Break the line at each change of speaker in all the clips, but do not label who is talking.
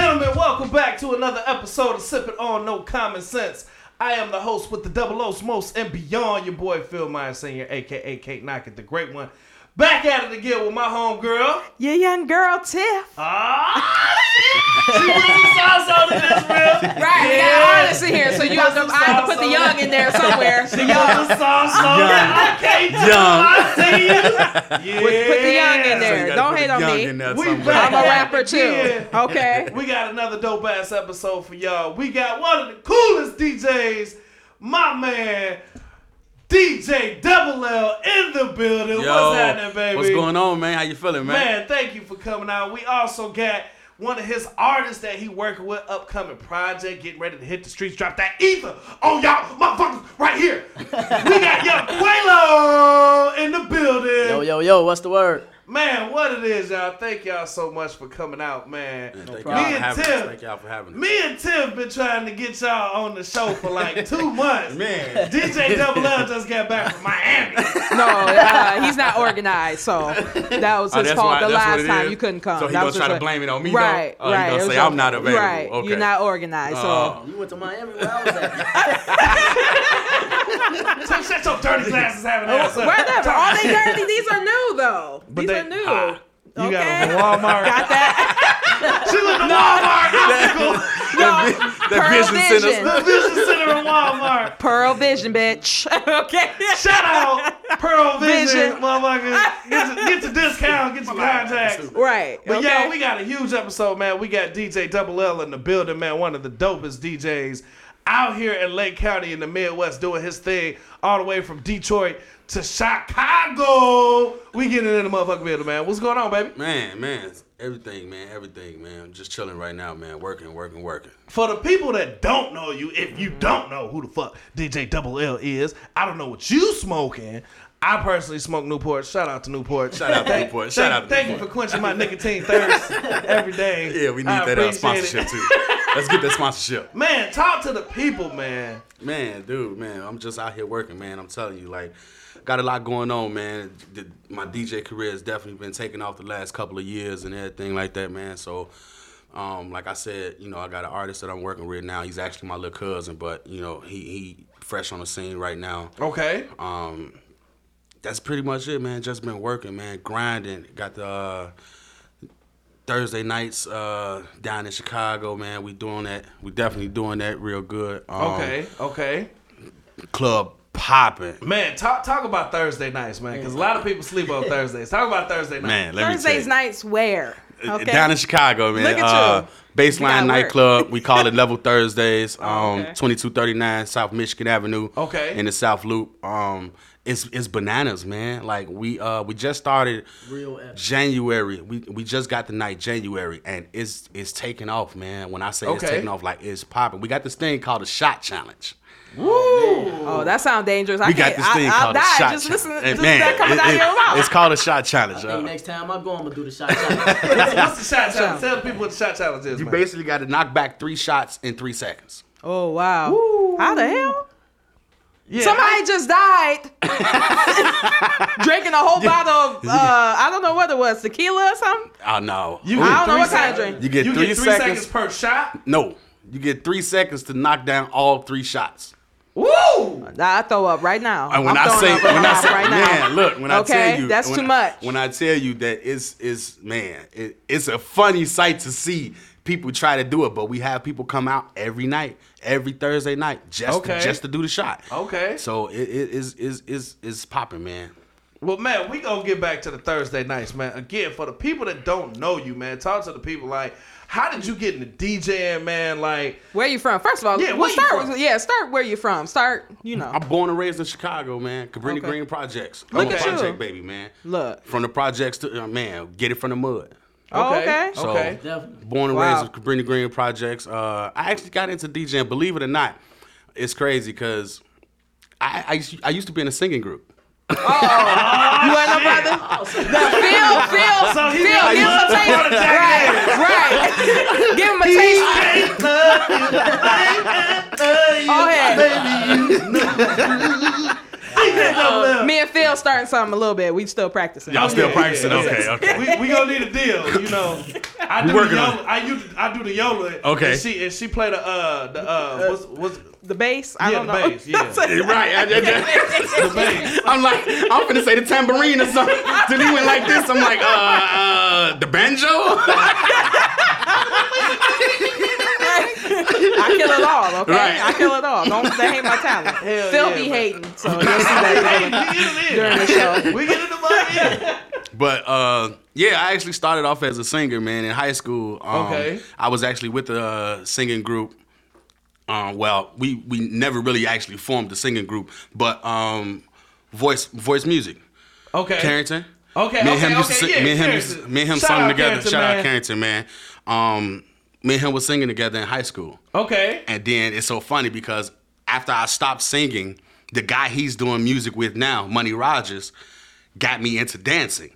Welcome back to another episode of Sipping on No Common Sense. I am the host with the double O's most and beyond your boy Phil Myers Sr., aka Kate Knockett, the great one. Back at it again with my homegirl.
Your young girl, Tiff.
Ah, she really sounds out in this real.
Right, we
Yeah.
got honest in here, so you have to, I have to put the young in there somewhere.
She got the sauce on
Young.
Okay,
Young.
I see you. Yeah.
Put the young in there.
gotta
Don't
put
hate
the
on
young
me.
in there
We
somewhere.
back.
I'm a rapper too.
Yeah.
Okay.
We got another dope ass episode for y'all. We got one of the coolest DJs, my man, DJ Double L in the building.
Yo,
what's happening, baby?
What's going on, man? How you feeling, man?
Man, thank you for coming out. We also got one of his artists that he working with, upcoming project, getting ready to hit the streets, drop that ether on y'all motherfuckers right here. we got young Quelo in the building.
Yo, yo, yo, what's the word?
Man, what it is, y'all. Thank y'all so much for coming out, man.
Thank y'all for
problem.
Me and
having
Tim.
us. Thank y'all for having us.
Me and Tim been trying to get y'all on the show for like two months.
Man.
DJ Double L just got back from Miami.
No, uh, he's not organized, so that was
Oh,
his
that's
fault
why-
the
that's what
last
it
time
is?
you couldn't come.
So he
That
gonna
was
try to
what-
blame it on me, though?
Right,
Oh, he
right.
gonna
it was
say, "I'm
your-
not available."
Right, you're
Okay.
not organized, so
Oh.
You went to Miami? Where I was at?
Tim, shut your dirty glasses having
Oh,
ass up.
whatever. All they dirty. These are new though. These
they-
are new.
ah, You
okay.
got them from Walmart.
Got that?
She looked at Walmart.
No. Pearl
vision sent
vision.
Optical. the Vision Center in Walmart.
Pearl vision, bitch. okay.
Shout out Pearl Vision,
Vision.
motherfucker. Get your, get your discount. Get your contacts.
Right.
But
okay.
yeah, we got a huge episode, man. We got DJ Double L in the building, man. One of the dopest DJs out here in Lake County in the Midwest doing his thing all the way from Detroit to Chicago. We getting in the motherfucking building, man. What's going on, baby?
Man, man, everything, man, everything, man. I'm just chilling right now, man. Working, working, working.
For the people that don't know you, if you don't know who the fuck DJ Double L is, I don't know what you smoking. I personally smoke Newport. Shout out to Newport.
Shout out to
Thank- Thank,
Newport. Shout out to
thank you
Newport.
for quenching my nicotine thirst every day.
Yeah, we need
I
that uh,
appreciate it.
sponsorship too. Let's get that sponsorship.
Man, talk to the people, man.
Man, dude, man, I'm just out here working, man. I'm telling you, like, got a lot going on, man. The- My DJ career has definitely been taking off the last couple of years and everything like that, man. So, um, like I said, you know, I got an artist that I'm working with now. He's actually my little cousin, but you know, he he fresh on the scene right now.
Okay.
Um, that's pretty much it, man. Just been working, man, grinding. Got the uh, Thursday nights uh, down in Chicago, man. We doing that. We definitely doing that real good. Um,
Okay. Okay.
club popping.
Man, talk talk about Thursday nights, man, because a lot of people sleep on Thursdays. Talk about Thursday nights.
Man, let
Thursdays
me
nights where?
tell you. Uh, Down in Chicago, man.
Look at
uh,
you.
Baseline
You gotta
nightclub. We call it Level Thursdays. Um,
okay.
2239 South Michigan Avenue.
Okay.
In the South Loop. Um, it's it's bananas, man. Like we uh we just started
Real epic.
January. We we just got the night January, and it's it's taking off, man. When I say it's
Okay.
taking off, like it's popping. We got this thing called the Shot Challenge.
Oh, that sounds dangerous. I
We
can't,
got this thing
I, I'll
called a
die.
shot
Just
challenge.
listen,
And
just that coming
it-
out of
it-
your mouth.
It's called a shot challenge.
I think
uh,
next time I go, I'm going to do the shot shot.
What's, what's the shot challenge? Tell the people what the shot challenge is,
you
man.
basically got to knock back three shots in three seconds.
oh wow! How the hell?
Yeah.
Somebody just died drinking a whole bottle of uh, I don't know what it was, tequila or something.
Oh no.
You
I
get
don't know
three
what kind
sec-
of drink.
You get
You
three,
get three seconds
seconds.
per shot.
No, you get three seconds to knock down all three shots.
Woo!
I throw up right now.
And Uh, when
I'm
i
throwing
say,
up in
when
my
I
mouth
say,
right now.
man, look, when I
Okay,
tell you,
that's
when
too
I-
much.
When I tell you that it's it's man, it, it's a funny sight to see people try to do it, but we have people come out every night, every Thursday night, just
Okay.
to, just to do the shot.
Okay.
So it is is is is popping, man.
Well, man, we gonna get back to the Thursday nights, man. Again, for the people that don't know you, man, talk to the people. Like, how did you get into DJing, man? Like,
Where you from? First of all,
Yeah,
well,
where you
start
from?
with- yeah, start where you from. Start, you know.
I'm born and raised in Chicago, man. Cabrini
Okay.
Green Projects.
Look
I'm
at
a
you.
project baby, man.
Look.
From the projects to uh, man, get it from the mud.
Oh, okay.
okay.
Okay.
Definitely.
Born and
Wow.
raised with Cabrini Green Projects. Uh, I actually got into DJing. Believe it or not, it's crazy because I, I, used, I used to be in a singing group.
You want no brother? Phil, Phil,
So he
Phil,
really
give him a
loves
taste.
Florida Jack
Right, right. give him a taste.
uh,
Go ahead.
I get that love. Uh,
Me and Phil start learned something a little bit. We still practicing.
Y'all still
yeah,
practicing?
yeah,
okay,
yeah.
okay.
we, we gonna need a deal, you know. I do the
working on
yola, I, you, I do the yola.
Okay.
And she and she played the uh the uh what's what's
The bass. I
Yeah,
don't
the
know.
bass, yeah.
Right. I,
the bass.
am like, I'm finna say the tambourine or something. Then he went like this. I'm like, uh, uh the banjo?
I kill it all. Okay,
Right.
I kill it all. Don't that ain't my talent.
Hell
still
yeah,
be
man.
hating. So you'll see that
We
during
get
the
it
show.
in. We get it the money. in.
But uh, yeah, I actually started off as a singer, man, in high school. Um,
Okay.
I was actually with a uh, singing group. Um, well, we we never really actually formed a singing group, but um, voice voice music.
Okay.
Carrington.
Okay,
Me and
okay,
him used to
okay,
sing,
yeah,
me and him,
Carrington.
used to- me and him
Shout
sung
out
together.
Carrington,
Shout
man.
out Carrington, man. Um, me and him was singing together in high school.
Okay.
And then it's so funny because after I stopped singing, the guy he's doing music with now, Money Rogers, got me into dancing.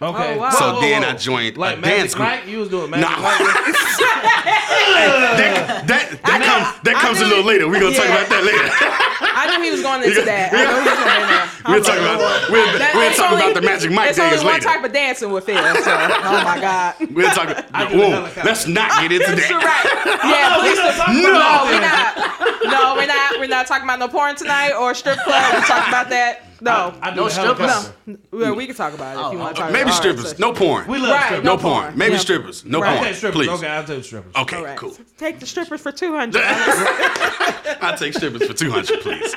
Okay.
Oh, wow.
So then I joined a
like Magic
dance group.
Mike. You was doing
Nah.
Magic Mike.
that that, that comes that
I
comes a
knew-
little later. We're gonna talk
Yeah.
about that later.
I knew he was going into that. I knew he was going in there. I
we'll
was
talk
like,
about we'll,
that-
we'll
it's
talk
only-
about the Magic Mike
It's only
days
one
later.
type of dancing with Phil. So, oh my God.
We'll talk.
do the
Whoa,
helicopter.
let's not get into
You're
that.
right. Yeah, please.
Oh, not talking
no,
about
we're not. No, we're not. We're not talking about no porn tonight or strip club. We talked about that. No,
I do
No
the
strippers.
helicopter.
Well, we can talk about it if you want to talk.
Oh, Maybe
about it. All right,
strippers,
so-
no porn.
We love
Right,
strippers.
no
no
porn.
porn.
Maybe
Yeah.
strippers. No
Right.
Okay,
porn.
strippers.
Please. Oh.
Okay,
Okay,
I'll take strippers.
All right.
cool.
Take the strippers for two hundred.
I'll take strippers for 200, please.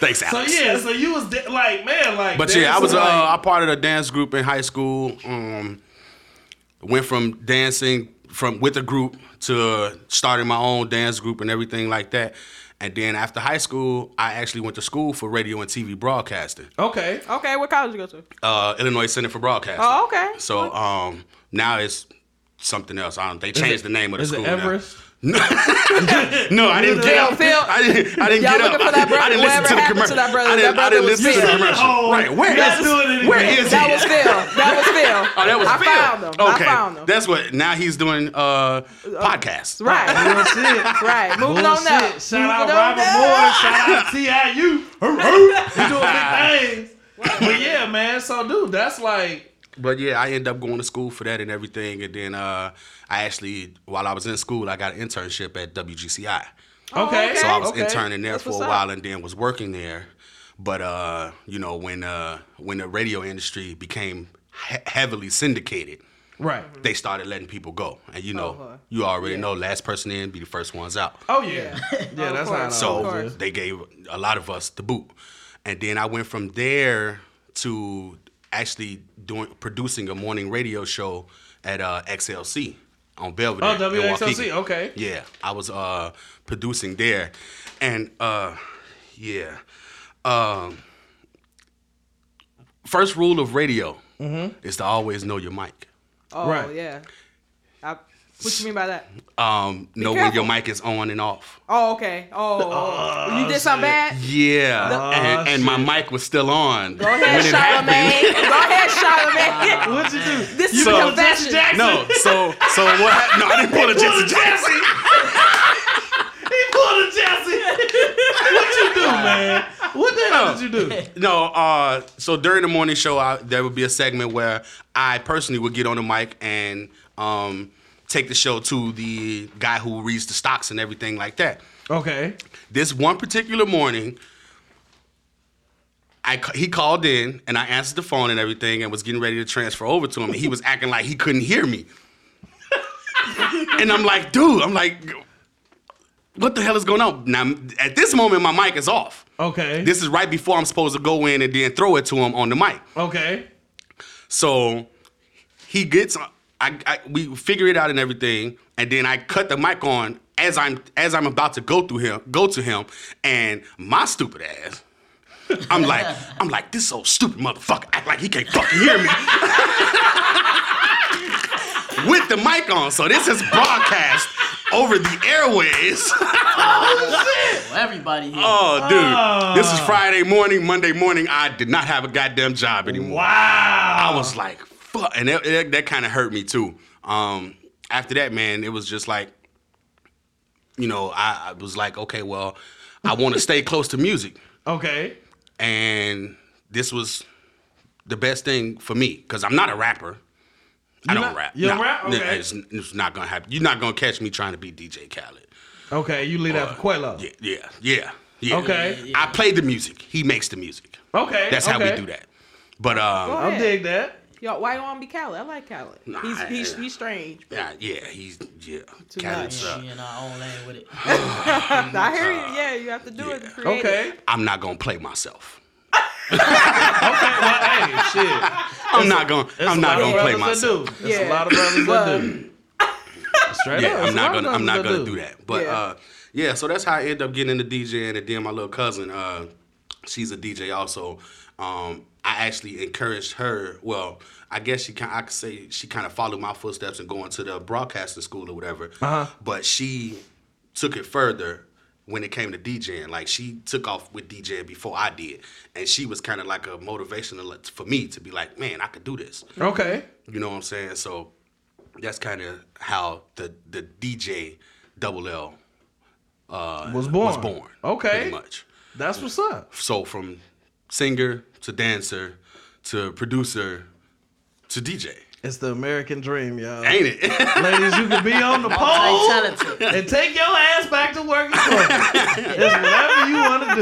Thanks,
So
Alex.
yeah, so you was da- like, man, like.
But yeah, I was uh,
dancing, like-
I part of a dance group in high school. Um, went from dancing from with a group to starting my own dance group and everything like that. And then after high school, I actually went to school for radio and TV broadcasting.
okay.
okay, what college you go to?
Uh, Illinois Center for Broadcasting.
Oh, okay.
So um, now it's something else. I don't. They changed
it-
the name of the
is it
school. now.
Everest?
No, I didn't get up.
Phil,
I didn't. I didn't
y'all
get up.
looking for that brother.
I didn't listen
Whatever
to the
happened
commercial.
to that brother?
I didn't,
That
I
brother
didn't
was
listen to the
Phil.
commercial.
Oh,
right? Where
that's
is?
doing it
where
again.
is he?
That was Phil. That was Phil.
oh, that was
I
Phil.
found him. I
Okay,
found him.
that's what. Now he's doing uh, podcasts.
Right,
That's it.
right. Moving on
Bullshit.
now.
Shout out
Moving on
Robert
now.
Moore. Shout out TIU. Hoo, hoo. we doing big things. But yeah, man. So, dude, that's like.
But yeah, I ended up going to school for that and everything. And then uh, I actually, while I was in school, I got an internship at WGCI.
Okay.
Oh, okay.
So I was
okay.
interning there
That's
for a
what's up.
while and then was working there. But uh, you know, when uh, when the radio industry became he- heavily syndicated,
Right.
they started letting people go. And you know,
Uh-huh.
you already know, last person in be the first ones out.
Oh, yeah. Yeah, that's
course.
how it
of
So
course.
always is.
they gave a lot of us the boot. And then I went from there to actually doing producing a morning radio show at uh, XLC on Belvedere.
Oh,
in
WXLC.
Waukegan.
Okay.
Yeah, I was uh, producing there, and uh, yeah. Um, first rule of radio
Mm-hmm.
is to always know your mic.
Oh
Right.
yeah. I, what you mean by that?
Um, know when
careful.
your mic is on and off.
Oh okay. Oh, oh. you did something bad.
Yeah, and, and my mic was still
Oh,
on
Go ahead,
when it happened.
Charlamagne. Go ahead, Charlamagne.
What'd you do?
This is
So-
a
Jesse
confession.
Jackson.
No, so so what? hap- No, I didn't pull a Jesse Jackson.
He pulled a Jesse. what you do, man? What the hell did you do?
No, uh, so during the morning show, I, there would be a segment where I personally would get on the mic and um, take the show to the guy who reads the stocks and everything like that.
Okay.
This one particular morning, I ca- he called in and I answered the phone and everything and was getting ready to transfer over to him and he was acting like he couldn't hear me. and I'm like, dude, I'm like, what the hell is going on? Now at this moment, my mic is off.
Okay.
This is right before I'm supposed to go in and then throw it to him on the mic.
Okay.
So he gets, I, I we figure it out and everything, and then I cut the mic on as I'm as I'm about to go through him, go to him, and my stupid ass. I'm like, I'm like, this old stupid motherfucker act like he can't fucking hear me. With the mic on, so this is broadcast over the airways.
Well, everybody here.
Oh, dude. This is Friday morning, Monday morning. I did not have a goddamn job anymore.
Wow.
I was like, fuck. And that, that, kind of hurt me too. Um, after that, man, it was just like, you know, I, I was like, okay, well, I want to stay close to music.
Okay.
And this was the best thing for me because I'm not a rapper. I
You
don't
not-
rap.
you don't
Nah,
rap?
nah,
Okay.
It's, it's not gonna happen. You're not gonna catch me trying to be DJ Khaled.
Okay, you leave that for Quelo.
Yeah, yeah, yeah. yeah.
Okay.
I play the music. He makes the music.
Okay,
That's how
okay.
we do that. But um,
I dig that.
Yo, why you want to be Khaled? I like Khaled. he's, he's he's strange.
yeah, yeah, he's yeah. uh,
Too
Khaled
much.
suck.
in our own lane with it.
I hear you. Yeah, you have to do it. to create it.
Okay.
I'm not gonna play myself.
Well, hey, shit.
I'm not gonna.
It's
I'm
a
not
lot of
gonna play
brothers that
myself.
do. It's a
Yeah.
lot of brothers that do. Straight
Yeah,
up,
I'm
it's a
not
lot of
gonna. I'm not
brothers
gonna do that. But
Yeah.
uh, yeah, so that's how I end up getting into DJing, and then my little cousin, uh, she's a DJ also. Um, I actually encouraged her. Well, I guess she kind. I could say she kind of followed my footsteps and going to the broadcasting school or whatever. Uh-huh. But she took it further when it came to DJing. Like she took off with DJing before I did, and she was kind of like a motivational for me to be like, man, I could do this.
Okay.
You know what I'm saying? So that's kind of how the the DJ Double L uh,
Was born.
Was born.
Okay.
Pretty much.
That's what's up.
So from singer to dancer to producer to DJ,
It's the American dream, y'all.
ain't it?
Ladies, you can be on the pole
Talented.
and take your ass back to work. and corporate. it's whatever you want to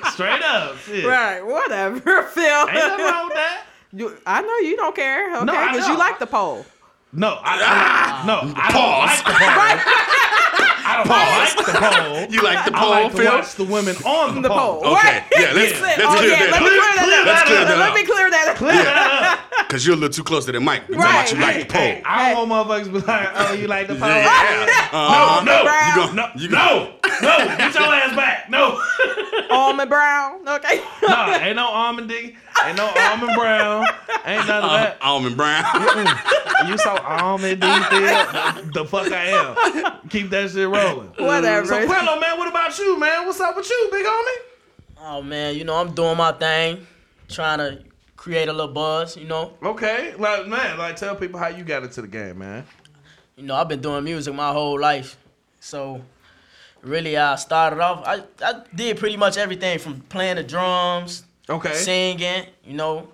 do. Straight up. shit.
Right, whatever, Phil.
Ain't nothing wrong with that.
You- I know you don't care, okay?
I
Because
know.
you like the pole.
No, I, I no, I don't
Ah. Pause.
like the pole. I don't like the pole.
you like the
I
pole,
like to
Phil?
watch the women on the,
The
pole.
pole.
Okay,
Right?
yeah, let's-
He
let's
said, oh,
clear
yeah, let
that
me
up.
clear that up.
Let's clear that
Let
up.
me clear that up.
Cause you're a little too close to the mic. You talking about you
Right.
like the pole?
Hey, I don't want motherfuckers be like, oh, you like the pole?
Yeah. Uh-huh.
No, no,
Brown.
You gon-
No,
you gon-
no, no, get your ass back. No.
Almond brown, okay?
nah, ain't no almond D, ain't no almond brown, ain't none of
Uh,
that.
Almond Brown.
You so almond D, Phil? the fuck I am. Keep that shit rolling.
Whatever.
So, Quello, man, what about you, man? What's up with you, big homie?
Oh man, you know I'm doing my thing, trying to create a little buzz. You know,
Okay, like man, like tell people how you got into the game, man.
you know I've been doing music my whole life, so really I started off. I I did pretty much everything from playing the drums,
Okay.
singing. You know,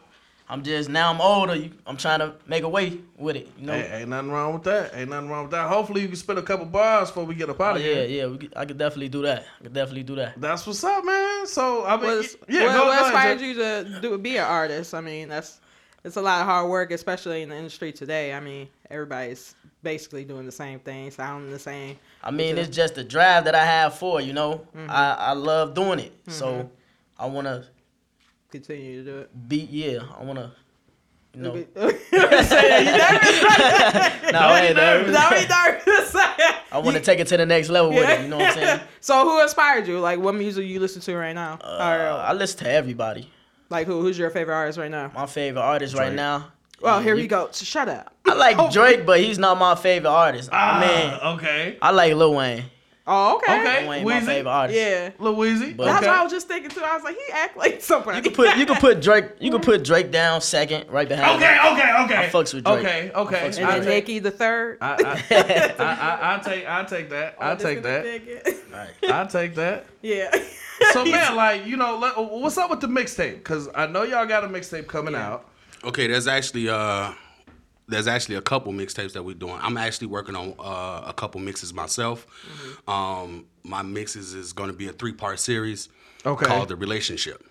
I'm just now I'm older. you- I'm trying to make a way with it. You know.
Ain't, ain't nothing wrong with that. Ain't nothing wrong with that. Hopefully, you can spit a couple bars before we get up out
Oh,
of
yeah,
here.
yeah, we could, I could definitely do that. I could definitely do that.
That's what's up, man. So I mean,
was
yeah,
what,
go,
what
go ahead.
inspired
Jay.
you to do be an artist? I mean, that's it's a lot of hard work, especially in the industry today. I mean, everybody's basically doing the same thing, sounding the same.
I mean, it's just the drive that I have for it, you know.
Mm-hmm.
I, I love doing it, so I want to
Continue to do it.
be yeah. I want to, you know. Nah,
Don't be
hey,
nervous.
nah,
Don't be nervous.
I want to take it to the next level with it. You know what I'm saying?
so who inspired you? Like, what music you listen to right now?
Uh,
or,
I listen to everybody.
like, who, who's your favorite artist right now?
My favorite artist right now.
Well, here we go. Oh. Shut up.
I like Drake, but he's not my favorite artist. I mean,
Ah, okay,
I like Lil Wayne.
Oh, okay.
Okay.
Lil Wayne, my
Weezy?
favorite artist.
Yeah.
Louise.
But-
That's
okay.
what I was just thinking too. I was like, he act like somebody.
You could put you could put Drake you could put Drake down second right behind.
Okay,
him.
okay, okay.
I fucks with Drake.
Okay,
I
okay.
fucks with
and
I
then
take,
Nikki the third.
I, I, I, I, I take, I take that. I take that. I take that.
Yeah.
So man, like you know, let, what's up with the mixtape? Cause I know y'all got a mixtape coming out.
Okay, there's actually uh there's actually a couple mixtapes that we're doing. I'm actually working on uh, a couple mixes myself.
Mm-hmm.
Um my mixes is going to be a three-part series
Okay.
called The Relationship.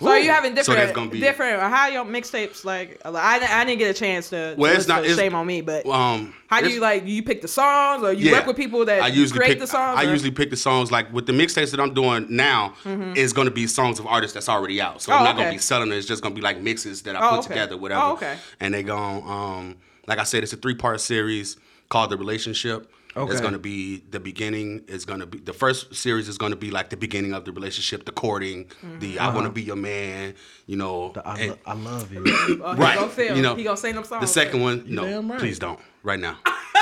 So are you having
So
different,
that's gonna be-
different? How your mixtapes like? I, di- I didn't get a chance to.
Well,
to
it's
listen
not-
to
it's-
shame on me, but
Um
how do
it's-
you like? You pick the songs, or you
yeah.
work with people that
I usually
create
pick,
the songs?
I
or-
usually pick the songs like with the mixtapes that I'm doing now is going to be songs of artists that's already out.
Mm-hmm.
So
Oh,
I'm not going
okay.
to be selling it. It's just going to be like mixes that I
Oh,
put
okay.
together, whatever.
Oh, okay.
And they going um like I said, it's a three part series called The Relationship.
Okay.
It's going to be the beginning. It's going to be the first series is going to be like the beginning of the relationship, the courting, the I want to be your man, you know. and-
lo- love you.
Oh, he
right,
gonna film.
you know,
he gonna sing them songs.
the second one, no,
Oh, damn right.
please don't right now.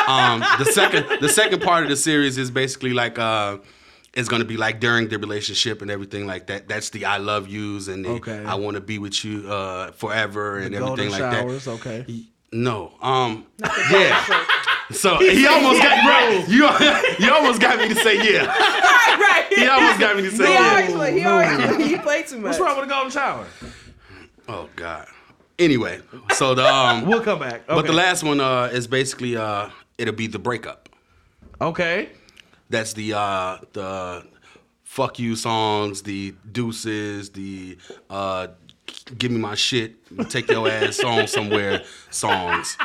Um, the second, the second part of the series is basically like uh, it's gonna be like during the relationship and everything like that. That's the I love yous and the
Okay.
I want to be with you uh, forever and
Golden
everything like
showers.
that.
Okay.
No, um, yeah. So he almost got bro. You, you almost got me to say yeah.
right, right.
He almost got me to say
He
yeah.
always play. He always he play too much.
What's wrong with a golden shower?
Oh God. Anyway, so the um,
We'll come back. Okay.
but the last one uh is basically uh it'll be the breakup.
Okay.
That's the uh the fuck you songs, the deuces, the uh give me my shit, take your ass on somewhere songs.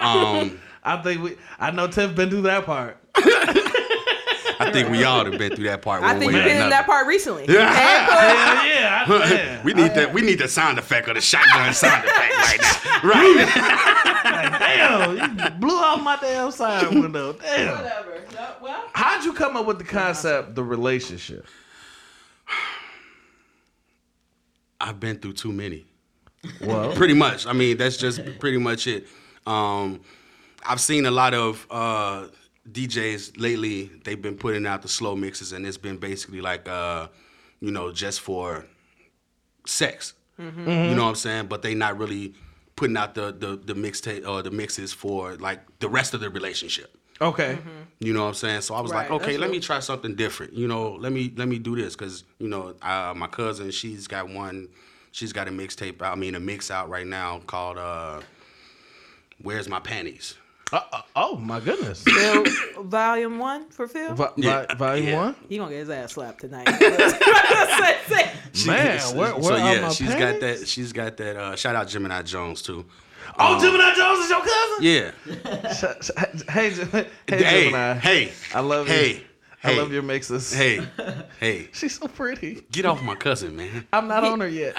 Um
I think we. I know Tiff been through that part.
I think we all have been through that part.
I
one
think
way
you've
or
been in
another.
that part recently.
Yeah, yeah. I, yeah.
We need that. We need the sound effect or the shotgun sound effect right now. Right.
Damn, you blew out my damn side window. Damn.
Whatever. No, well,
How'd you come up with the concept, the relationship?
I've been through too many.
Well,
Pretty much. I mean, that's just pretty much it. Um, I've seen a lot of uh, DJs lately. They've been putting out the slow mixes, and it's been basically like, uh, you know, just for sex. You know what I'm saying? But they not really putting out the the, the mixtape or the mixes for like the rest of the relationship.
okay.
You know what I'm saying? So I was
Right,
like, okay,
that's
let
dope.
me try something different. You know, let me let me do this because you know uh, my cousin, she's got one, she's got a mixtape. I mean, a mix out right now called uh, "Where's My Panties."
Uh, uh, oh my goodness.
Phil, volume one for Phil.
Vi- vi-
Yeah,
volume
yeah.
one.
he gonna get his ass slapped tonight. Say- say-
Man,
Yes,
where, where
so
are
yeah,
my
she's got
panties?
that. She's got that. Uh, shout out Gemini Jones too.
Oh, Gemini Jones is your cousin.
Uh, Yeah.
Sh- sh- Hey, Gem- hey,
hey,
Gemini.
hey,
I love
hey,
you.
Hey,
I love your mixes.
Hey, hey,
she's so pretty.
get off my cousin, man.
I'm not on her yet.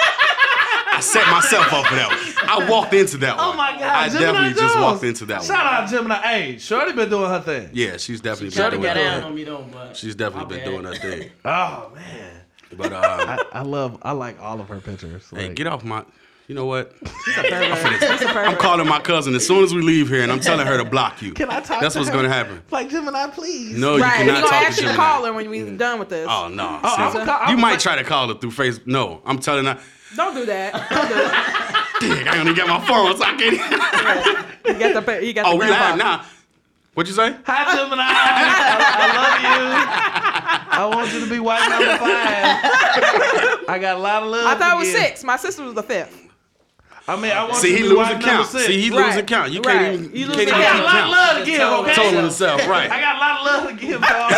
I set myself up for that one. I walked into that one.
Oh my God,
I
Gemini
definitely just
Jones.
walked into that one.
Shout out Gemini. Hey, Shorty been doing her thing.
Yeah, she's definitely
Try
been
to
doing
get down
that.
on me though, but
She's definitely
My
been doing
bad.
her thing.
Oh man,
But uh,
I, I love. I like all of her pictures.
hey,
Like,
get off my. You know what?
He's a
I'm
pervert.
calling my cousin as soon as we leave here, and I'm telling her to block you.
Can I talk
That's
to
what's
her?
gonna happen.
like Gemini, please.
No,
right,
Oh, you
he
cannot
gonna
talk to
ask you to
Gemini.
call her when we done with this.
Oh no!
Oh, I'm
See,
a call-
you
I'm
might
like-
try to call her through face. No, I'm telling her.
Don't do that. Don't do that.
Dick, I only got my phone, so I can't.
You got the pa- you got
oh,
the
we live
grandpa.
now. What'd you say?
Hi Gemini, I, I love you. I want you to be white number five. I got a lot of love.
I thought it was
for you.
six. My sister was the fifth.
I mean, I want
See,
you
he
to be
losing
white
count.
number six.
See, he
Right,
losing count. You can't
right.
even.
You
You
losing
can't
I
even
got a
count.
lot of love to give.
Told
Okay,
Told himself
I
right.
got a lot of love to give to all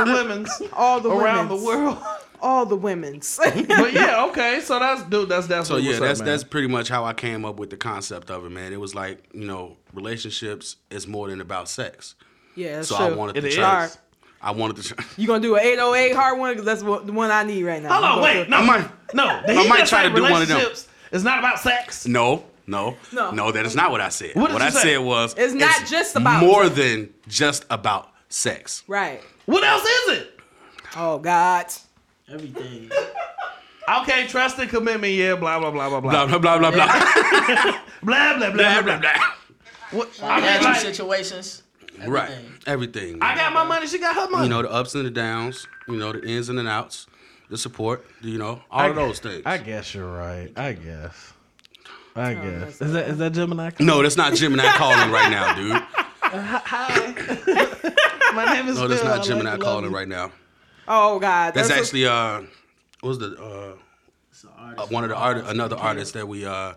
the women's
All the
around
women's.
the world.
All the women's.
But yeah, okay. So that's dude. That's that's
So
what's
yeah,
up,
that's
man.
that's pretty much how I came up with the concept of it, man. It was like you know, relationships is more than about sex.
yeah, that's
so
true.
I wanted
It
to
is.
try. I wanted to try.
You gonna do an 808 hard one? Cause that's what, the one I need right now.
Hold on,
You gonna
wait. No,
I might-
no. The
I might
heathens
try to
say
do one of them.
relationships is not about sex.
No, no,
No.
no, that is not what I said.
What did
What,
you
I
say?
said was
It's not just about
more than just about sex.
do- Right.
What else is it?
Oh God.
everything.
Okay, trust and commitment. Yeah, blah blah blah blah
Blah
blah
blah blah blah blah
blah blah blah blah.
blah blah.
blah.
blah.
What, I mean,
Financial
like,
situations. Everything.
Right, everything.
I got my money. She got her money.
you know the ups and the downs. You know the ins and the outs. The support. You know all
I
of
gu-
those things.
I guess you're right. I guess. I
Oh,
guess. Is that is that Gemini?
no, that's not Gemini calling right now, dude.
Hi. my name is.
No, that's
Bill. I
not
like
Gemini
to love
calling
you.
right now.
Oh God.
That's
a-
actually uh, what was the uh,
It's an artist.
one of the artists, another artist that we uh,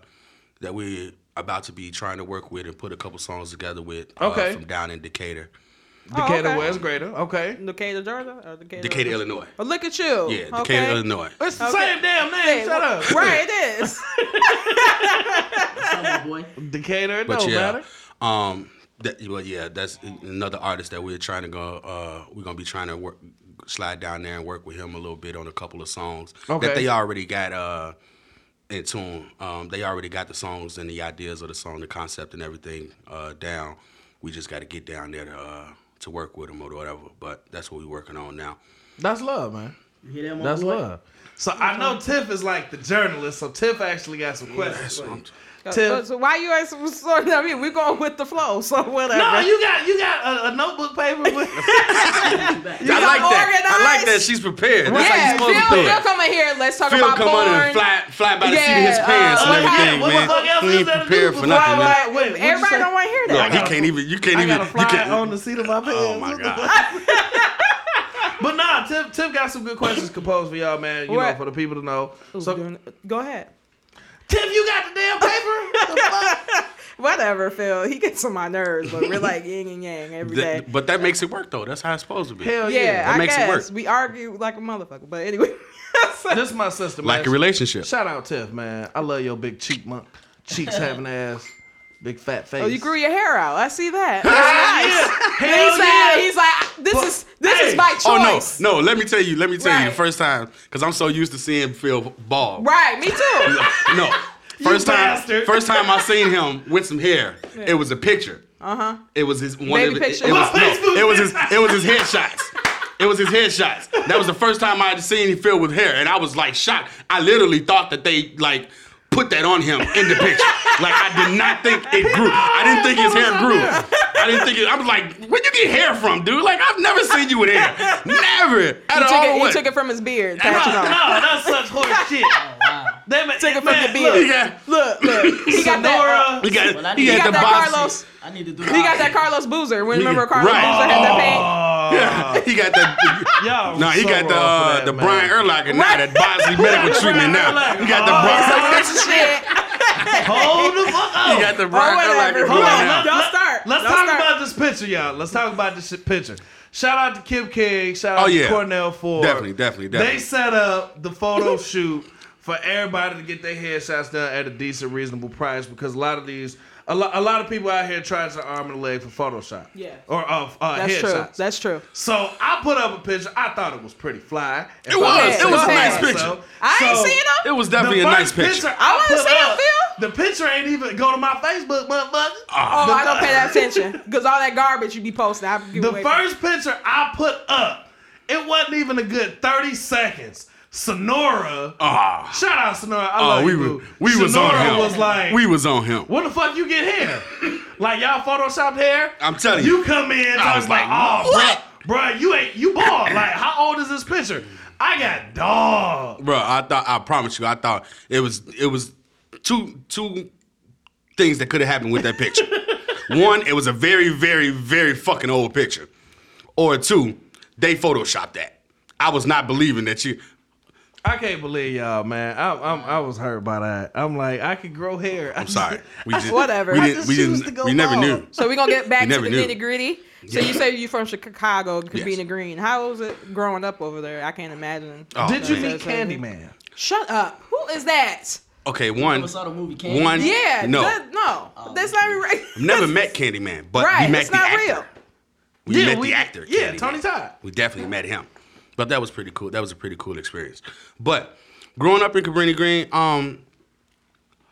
that we about to be trying to work with and put a couple songs together with. Uh,
Okay.
From down in Decatur,
Decatur
Oh, okay.
West Greater. Okay.
Decatur, Georgia. Or Decatur.
Decatur, Illinois.
Oh, look at you.
Yeah, Decatur, uh,
okay.
Illinois.
It's the
Okay.
same damn name.
Hey,
Shut up.
Right, it is.
Summer boy.
Decatur. It
But
don't
yeah,
matter.
um, that well, yeah, that's another artist that we're trying to go. Uh, we're gonna be trying to work, slide down there and work with him a little bit on a couple of songs
Okay.
that they already got. Uh, in tune, um, they already got the songs and the ideas of the song, the concept and everything uh, down. We just got to get down there to uh, to work with them or whatever. But that's what we're working on now.
That's love, man.
You hear that, my
That's
boy?
love. So I know Tiff is like the journalist, so Tiff actually got some questions. for you.
So,
Tiff,
Uh, so why you guys sorting I mean, we're going with the flow, so whatever.
no, you got you got a, a notebook paper with.
I
got
like that. I like that
organized.
she's prepared. That's
yeah,
how you supposed
Phil,
to do
Phil
it.
come in here. Let's talk
Phil
about
come
porn.
on and fly, fly by the seat of his
Yeah,
pants
uh,
and everything,
what
man.
the fuck else
He
is
ain't
there to do
prepared for
before I ride?
nothing, man.
Wait, what'd you
Everybody
say?
don't want to hear
No,
that.
he can't even. You can't
I
even.
gotta
you
fly
can't-
on the seat of my pants.
Oh my god!
But nah, Tiff, Tiff got some good questions composed for y'all, man. You
What?
know, for the people to know.
Who's
So
doing it? Go ahead.
Tiff, you got the damn paper? The fuck?
Whatever, Phil. He gets on my nerves, but we're like yin and yang every day.
Th- but that makes it work though. That's how it's supposed to be.
Hell yeah.
yeah,
that
I
makes it
guess
work.
we argue like a motherfucker. But anyway, so-
This is my sister, man.
Like a relationship.
Shout out Tiff, man. I love your big cheek monk. Cheeks having ass. Big fat face.
oh, you grew your hair out. I see that. That's nice.
Hell
he's,
yeah.
like, he's like, this
But-
is this is
hey.
my choice.
Oh no, no. Let me tell you. Let me tell you.
Right.
The first time, because I'm so used to seeing Phil bald.
Right, me too.
No. First time.
bastard.
First time I seen him with some hair. It was a picture.
Uh huh.
It was his one.
Baby
of,
picture.
It, it was,
My
no,
Facebook
it was his. It was his headshots. It was his headshots. That was the first time I had seen him filled with hair, and I was like shocked. I literally thought that they like put that on him in the picture. like I did not think it grew. I didn't think his hair grew. I didn't think it. I was like, where'd you get hair from, dude? Like I've never seen you with hair. Never.
He
At
took,
all.
it, he
what-
took it from his beard.
No,
Pat, you
no,
know.
that's such horse shit. That man,
Take it from
man,
the beard.
He got.
Look, look. He got that.
Sonora.
uh,
He got.
Well, I
he
need-
he
had
got
the
that
box.
Carlos.
I need to do.
He got that Carlos Boozer. When remember
Nigga,
Carlos
right.
Boozer had that paint?
Oh,
Yeah, he got that.
y'all
No, he
so
got
wrong for
the uh,
that,
the
man.
Brian Erlacher now that Bosley medical
Brian
treatment now.
Urlacher?
He got the
Oh.
Brian.
Shit.
Hold the fuck up.
He got the
Or
Brian
Oh, whatever.
Urlacher
Hold
going
on.
now.
Don't start.
Let's
Don't
talk
start.
about this picture, y'all. Let's talk about this shit- picture. Shout out to Kim King. Shout out
Oh,
to
yeah.
Cornell for
Definitely, definitely,
They
definitely.
set up the photo shoot for everybody to get their headshots done at a decent, reasonable price because a lot of these, a, lo- a lot of people out here tries to arm and a leg for Photoshop.
Yeah.
Or uh, f- uh,
That's true.
headshots.
That's true.
So I put up a picture. I thought it was pretty fly. If
It was.
I
It was a
say
nice
so.
picture.
I ain't seen him.
It was definitely a
the
nice
first
picture.
I wanna
put
see it,
up,
Phil.
The picture ain't even go to my Facebook, motherfucker.
Oh,
Ah.
The-
I don't pay that attention because all that garbage you be posting, I give
The
away.
first picture I put up, it wasn't even a good 30 seconds. Sonora,
Ah,
shout out Sonora. I
oh,
love
we
you.
were
boo.
we was on
Sonora
him.
was like,
we was on him.
"What the fuck you get here? like y'all photoshopped hair?
I'm telling
you
you.
come in. I was like, oh,
what?
bruh, bruh, you ain't you bald. like, how old is this picture? I got dog.
Bro, I thought I promise you, I thought it was it was two two things that could have happened with that picture. One, it was a very, very, very fucking old picture. Or two, they photoshopped that. I was not believing that you
I can't believe y'all, man. I, I'm I was hurt by that. I'm like, I could grow hair.
I'm sorry. We just,
Whatever.
We
I
didn't.
just
We,
choose to
didn't,
go
we never
bald.
knew.
so we gonna get back
You
to
never
the
knew.
nitty gritty. So you say you from Chicago,
Yes.
Cabina Green. How was it growing up over there? I can't imagine.
Oh,
Did you
man.
meet Candyman?
Shut up. Who is that?
Okay, one.
What's the movie? Candy?
One.
Yeah.
No.
that- no. That's not even right.
I've never met Candyman, but
right.
we met
It's
the
not
actor.
real.
We
Yeah,
met
we-
the actor.
yeah,
Candyman.
Tony Todd.
We definitely met him, but that was pretty cool. That was a pretty cool experience. But growing up in Cabrini Green, um,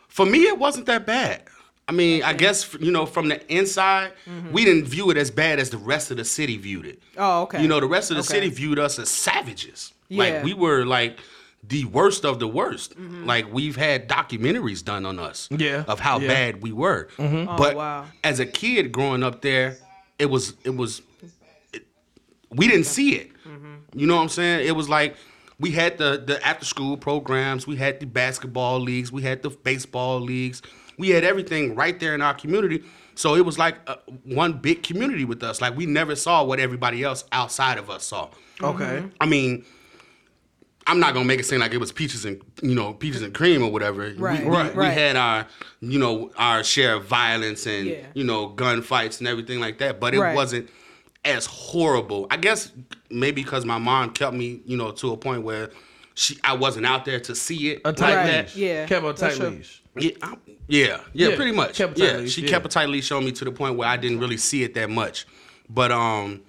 for me it wasn't that bad. I mean, I guess you know from the inside, we didn't view it as bad as the rest of the city viewed it.
Mm-hmm. Oh, okay.
You know, the rest of the
Okay.
city viewed us as savages.
Yeah.
Like we were like the worst of the worst. Like we've had documentaries done on us
Yeah.
of how
Yeah.
bad we were. But
wow.
as a kid growing up there, it was it was it- we didn't see it. You know what I'm saying? It was like we had the the after school programs, we had the basketball leagues, we had the baseball leagues, we had everything right there in our community. So it was like uh one big community with us. Like we never saw what everybody else outside of us saw.
Okay.
I mean, I'm not gonna make it seem like it was peaches and you know peaches and cream or whatever. We-
Right,
we,
Right.
we
right.
had our you know our share of violence and
Yeah.
you know gunfights and everything like that, but it
Right.
wasn't as horrible. I guess maybe because my mom kept me you know to a point where she I wasn't out there to see it
A tight
Right,
leash.
yeah,
Kept a
that's
tight
true.
leash.
yeah, I- yeah, yeah,
Yeah,
pretty much.
kept a tight
yeah,
leash,
she
yeah.
kept a tight leash on me to the point where I didn't really see it that much. But um,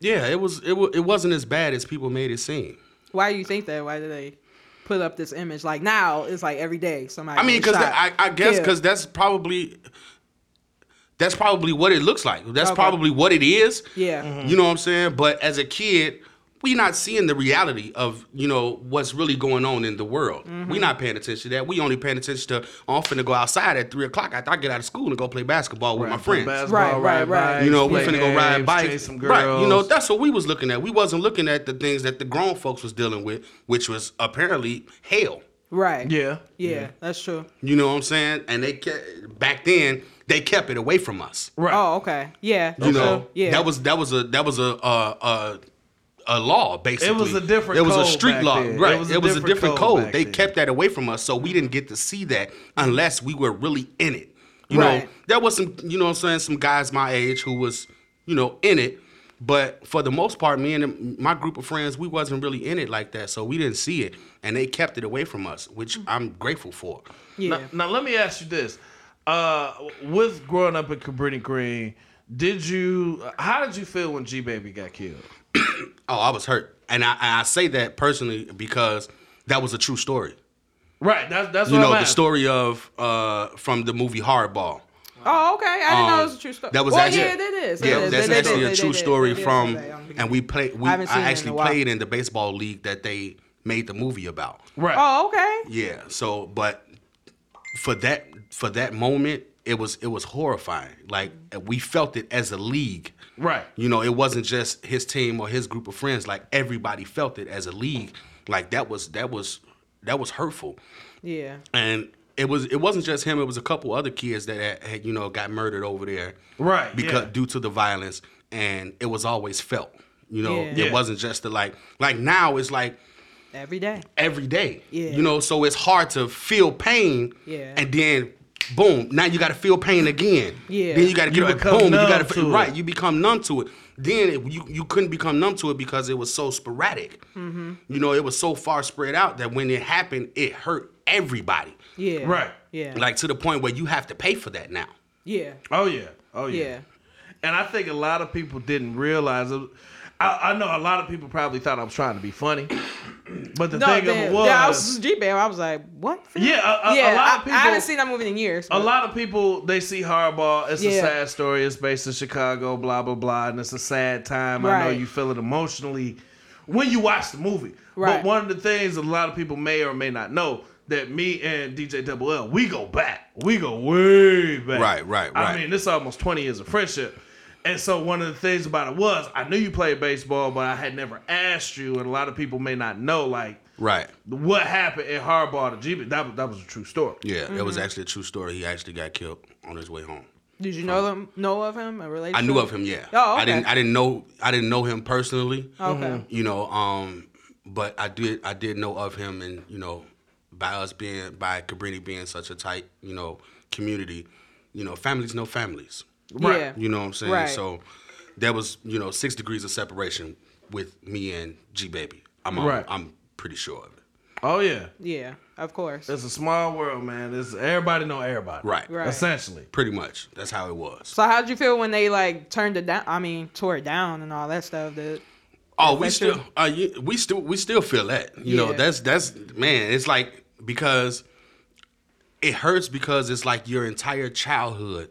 yeah, it was it wa- it wasn't as bad as people made it seem.
Why do you think that? Why do they put up this image? Like now, it's like every day somebody.
I mean,
gets
because
shot.
I, I guess
Yeah.
because that's probably that's probably what it looks like. That's
Okay.
probably what it is. Mm-hmm.
Yeah.
Mm-hmm.
you know what I'm saying. But as a kid, we not seeing the reality of you know what's really going on in the world.
Mm-hmm.
We not paying attention to that. We only paying attention to oh, I'm finna go outside at three o'clock after I get out of school and go play basketball with my friends.
Basketball,
Right,
ride
right, right.
bikes,
You know, we
play
finna go ride
games,
bikes.
chase some girls.
Right. You know, that's what we was looking at. We wasn't looking at the things that the grown folks was dealing with, which was apparently hell.
right.
yeah.
yeah. That's true.
You know what I'm saying? And they kept back then they kept it away from us.
Right.
Oh, okay. Yeah.
You know,
yeah.
that was that was a that was a a, a, a law basically.
was a different
It was a
code
street
back
law,
then.
right?
It was a different
different
code
code.
back
They
then.
kept that away from us, so we didn't get to see that unless we were really in it. You know,
Right.
there was some, you know, what I'm saying some guys my age who was, you know, in it, but for the most part, me and my group of friends, we wasn't really in it like that, so we didn't see it, and they kept it away from us, which I'm grateful for.
Yeah.
Now, now let me ask you this: uh, with growing up in Cabrini Green, did you? How did you feel when G Baby got killed?
Oh, I was hurt, and I, and I say that personally because that was a true story.
Right. That's that's
you
what
know,
I'm
the
asking.
story of uh, from the movie Hardball.
Oh, okay. I didn't know it was a
Um,
true story.
That was
well,
actually
yeah, it is. It
yeah,
is.
that's
They did,
actually
they
a
did,
true
they did.
story
They did
from,
say that on the beginning.
and we played. We, I,
haven't seen it in a
actually
while.
played in the baseball league that they made the movie about.
Right.
Oh, okay.
Yeah. So, but for that for that moment, it was it was horrifying. Like we felt it as a league.
Right.
You know, it wasn't just his team or his group of friends. Like everybody felt it as a league. Like that was that was that was hurtful
Yeah.
and it was it wasn't just him. It was a couple other kids that had, had you know got murdered over there,
Right,
Because
yeah.
due to the violence, and it was always felt. You know,
Yeah.
Yeah.
it wasn't just the like like now it's like
Every day.
every day.
Yeah.
You know, so it's hard to feel pain.
Yeah.
And then boom, now you got to feel pain again.
Yeah.
Then you got to
You
get it.
become
Boom, you
numb
got
to it.
right. You become numb to it. Then it, you you couldn't become numb to it because it was so sporadic.
Mm-hmm.
You know, it was so far spread out that when it happened, it hurt everybody.
Yeah.
Right.
Yeah.
Like to the point where you have to pay for that now.
yeah.
Oh yeah. Oh yeah.
Yeah.
And I think a lot of people didn't realize it. I, I know a lot of people probably thought I was trying to be funny, but the
No,
thing of it
man.
was,
yeah, I was G Bam. I was like, what?
Yeah, a- a- a lot of
I, I
people-
haven't seen that movie in years.
a
but-
lot of people they see Hardball. It's a
Yeah.
sad story. It's based in Chicago. Blah blah blah, and it's a sad time. I know
Right.
you feel it emotionally when you watch the movie. But
Right.
one of the things a lot of people may or may not know that me and DJ Double L we go back. We go way back.
Right, right,
I
right.
mean, this is almost twenty years of friendship. And so one of the things about it was I knew you played baseball, but I had never asked you, and a lot of people may not know like
Right.
what happened in Hardball to GB. That was- that was a true story.
Yeah, it
Mm-hmm.
was actually a true story. He actually got killed on his way home.
Did you know them? Know of him? A relationship?
I knew of him, yeah.
Oh, okay.
I
Oh,
didn't I didn't know I didn't know him personally.
Okay.
You know, um but I did I did know of him and, you know, by us being by Cabrini being such a tight, you know, community, you know, families know families.
Right.
Yeah.
You know what I'm saying?
Right.
So there was, you know, six degrees of separation with me and G Baby. I'm
Right.
I'm pretty sure of it.
Oh yeah.
Yeah. Of course.
It's a small world, man. It's everybody know everybody.
Right.
Right.
Essentially.
Pretty much. That's how it was.
So how'd you feel when they like turned it down? I mean, tore it down and all that stuff. That
Oh, we
That's
still,
true.
uh, you- we still, we still feel that. You know,
Yeah.
that's that's man. It's like because it hurts because it's like your entire childhood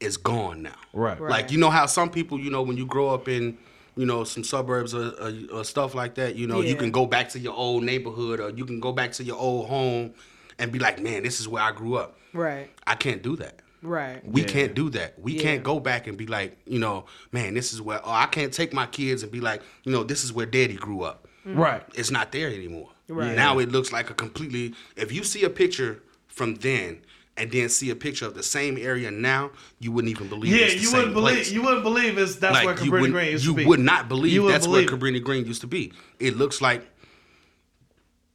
is gone now.
Right. Right.
Like you know how some people, you know, when you grow up in, you know, some suburbs or, or, or stuff like that, you know, you
Yeah.
can go back to your old neighborhood or you can go back to your old home and be like, man, this is where I grew up.
right.
I can't do that.
Right.
We
Yeah.
can't do that. We
Yeah.
can't go back and be like, you know, man, this is where. Or I can't take my kids and be like, you know, this is where Daddy grew up.
Right.
It's not there anymore.
Right.
Now it looks like a completely. If you see a picture from then and then see a picture of the same area now, you wouldn't even believe.
Yeah,
it's the
you
same
wouldn't believe
place.
you wouldn't believe it's that's where Cabrini
you wouldn't-
Green used
you
to be.
would not believe
You wouldn't
that's where
believe it.
Cabrini Green used to be. It looks like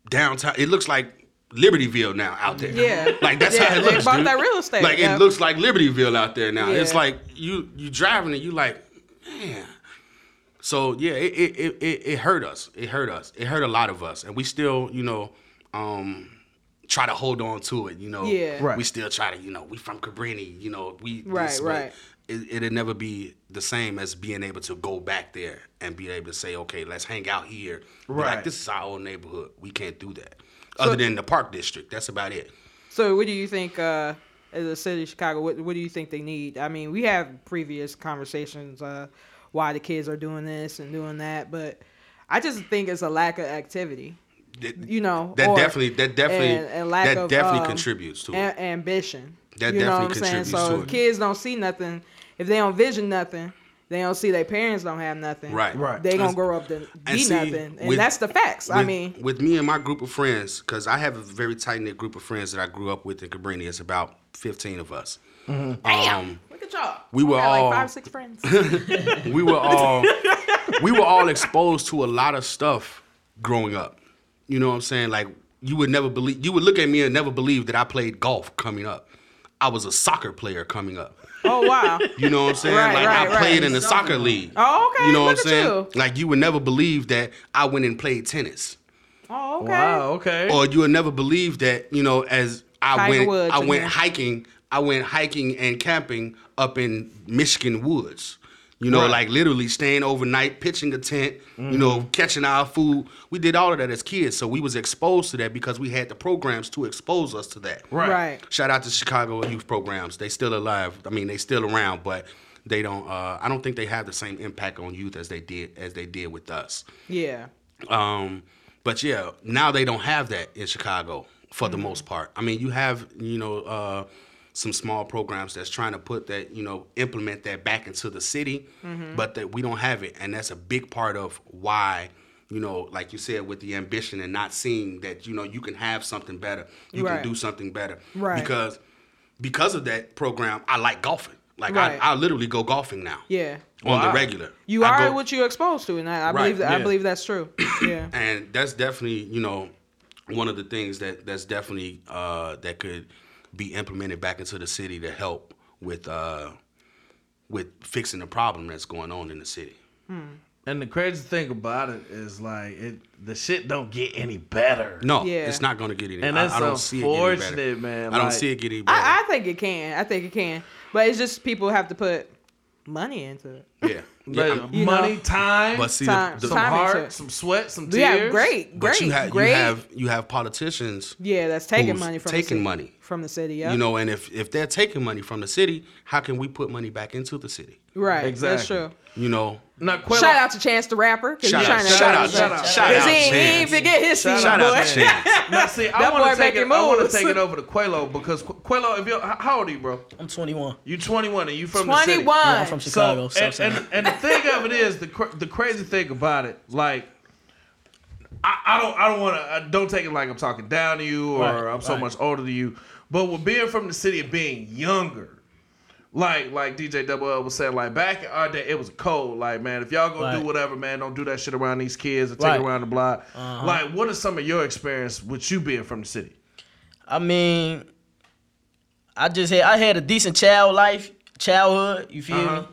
downtown. It looks like Libertyville now out there.
Yeah.
like that's
Yeah,
how it
they
looks.
bought
dude.
that real estate,
Like
yeah.
it looks like Libertyville out there now. It's
Yeah.
like you you driving and you like man. So yeah, it it, it it it hurt us. It hurt us. It hurt a lot of us, and we still you know. um Try to hold on to it, you know.
Yeah.
Right.
We still try to, you know, we from Cabrini, you know, we
Right,
this, but
right.
It, it'll never be the same as being able to go back there and be able to say, okay, let's hang out here. Be
Right.
Like this is our old neighborhood. We can't do that. Other than the park district, that's about it.
So what do you think? Uh, as a city of Chicago, what what do you think they need? I mean, we have previous conversations uh, why the kids are doing this and doing that, but I just think it's a lack of activity.
That,
You know,
that
or-
definitely, that definitely,
and- and lack
that
of,
definitely
um,
contributes to it.
a- ambition.
That
you know what I'm
definitely
saying?
contributes
So
to
if
it.
kids don't see nothing, if they don't vision nothing, they don't see their parents don't have nothing.
Right.
Right.
They gonna grow up to
And
be
see,
nothing, and
with-
that's the facts. I
with-
mean,
with me and my group of friends, because I have a very tight knit group of friends that I grew up with in Cabrini. It's about fifteen of us. Um,
Mm-hmm. look at y'all.
we were
I got
all-
like five, six friends.
we were all we were all exposed to a lot of stuff growing up. You know what I'm saying? Like you would never believe you would look at me and never believe that I played golf coming up. I was a soccer player coming up.
Oh wow.
You know what I'm saying?
Right,
like
right,
I played
right.
in the soccer league.
Oh, okay,
You know
look
what I'm
at
saying?
you.
Like you would never believe that I went and played tennis.
Oh okay.
Wow. Okay.
Or you would never believe that, you know, as I
Tiger
went
Woods
I
in
went
there.
hiking, I went hiking and camping up in Michigan woods. You know, like literally staying overnight, pitching a tent, you
Mm-hmm.
know, catching our food. We did all of that as kids. So we was exposed to that because we had the programs to expose us to that.
Right.
Right.
Shout out to Chicago youth programs. They still alive. I mean, they still around, but they don't. Uh, I don't think they have the same impact on youth as they did as they did with us.
Yeah.
Um, but yeah, now they don't have that in Chicago for the most part. I mean, you have you know uh, some small programs that's trying to put that you know implement that back into the city,
Mm-hmm.
but that we don't have it, and that's a big part of why. You know, like you said, with the ambition and not seeing that, you know, you can have something better. You
Right.
can do something better.
Right.
Because because of that program, I like golfing. Like
Right.
I, I literally go golfing now.
Yeah.
On the
Wow.
regular.
You
I
are
go-
what you're exposed to, and I, I
Right,
believe that, I
yeah.
believe that's true. Yeah.
and that's definitely you know one of the things that that's definitely uh, that could be implemented back into the city to help with uh, with fixing the problem that's going on in the city.
And the crazy thing about it is like it the shit don't get any better.
No,
Yeah.
it's not going to get any.
And
I-
that's
I, don't see it getting better.
unfortunate, man,
I don't
like-
see it getting better.
I, I think it can. I think it can. But it's just people have to put money into it.
yeah, yeah.
Like,
I'm-
You
money,
know.
time,
but see,
Time-
the, the,
some
into
heart,
it.
some sweat, some tears.
Yeah, great,
but
great,
you have
great.
you have you have politicians.
yeah, that's taking
who's
money from the
taking
city,
money.
from the city. Yeah,
You know, and if if they're taking money from the city, how can we put money back into the city?
right? That's
Exactly.
true.
You know,
Now, Quilla,
Shout out to Chance the Rapper. 'cause
Shout
he
out,
tryna-
shout out,
shout out, shout
Cause
out
he ain't, he
Chance.
ain't forget his season,
Shout
shout
boy.
out to Chance.
Now, see, I
That
want
boy
to take it.
making
I want
moves.
to take it over to Quelo because Qu- Quelo, if you are how old are you, bro?
I'm 21.
You 21 and you from the city.
21.
Yeah, I'm from Chicago.
So, and,
Southside.
and, and the thing of it is the cr- the crazy thing about it, like. I, I don't. I don't want to. Don't take it like I'm talking down to you, or
Right,
I'm so
right.
much older than you. But with being from the city and being younger, like like DJ Double L was saying, like back in our day, it was cold. Like man, if y'all gonna
Right.
do whatever, man, don't do that shit around these kids or take
Right. Uh-huh.
it around the block. Like, what is some of your experience with you being from the city?
I mean, I just had I had a decent child life, childhood. You feel
Uh-huh.
me?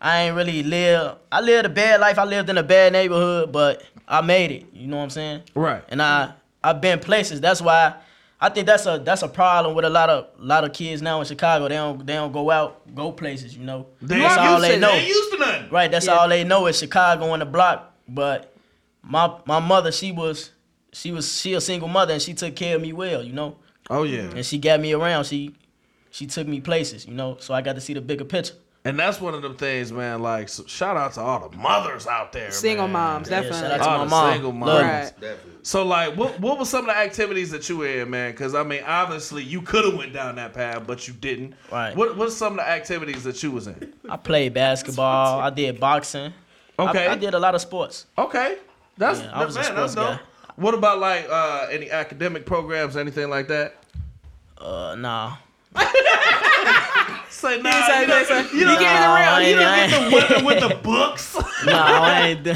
I ain't really live. I lived a bad life. I lived in a bad neighborhood, but I made it. You know what I'm saying?
Right.
And I I've been places. That's why I think that's a that's a problem with a lot of lot of kids now in Chicago. They don't they don't go out go places. You know.
They
that's
ain't
all
used
they
to-
know.
They ain't used to nothing.
Right, that's
Yeah.
all they know is Chicago on the block. But my my mother, she was she was she a single mother and she took care of me well, you know.
Oh yeah.
And she got me around. She she took me places, you know. So I got to see the bigger picture.
And that's one of them things, man. Like, so shout out to all the mothers out there,
Single
man.
moms,
Yeah,
definitely.
shout out to
All
my
the
mom.
single moms.
Love you.
Right.
Definitely.
So, like, what what was some of the activities that you were in, man? Because I mean, obviously, you could have went down that path, but you didn't.
Right.
What What's some of the activities that you was in?
I played basketball. I did boxing. I-
Okay.
I, did a lot of sports.
Okay, that's
Yeah, I was a
man, that's
sports
dope.
guy.
What about like uh, any academic programs, anything like that?
Uh, nah.
Say nah,
said-
you, don't,
he said-
you don't
Nah,
get
I
around. You
ain't- I
don't get
ain't-
the women with the books.
Nah, I ain't.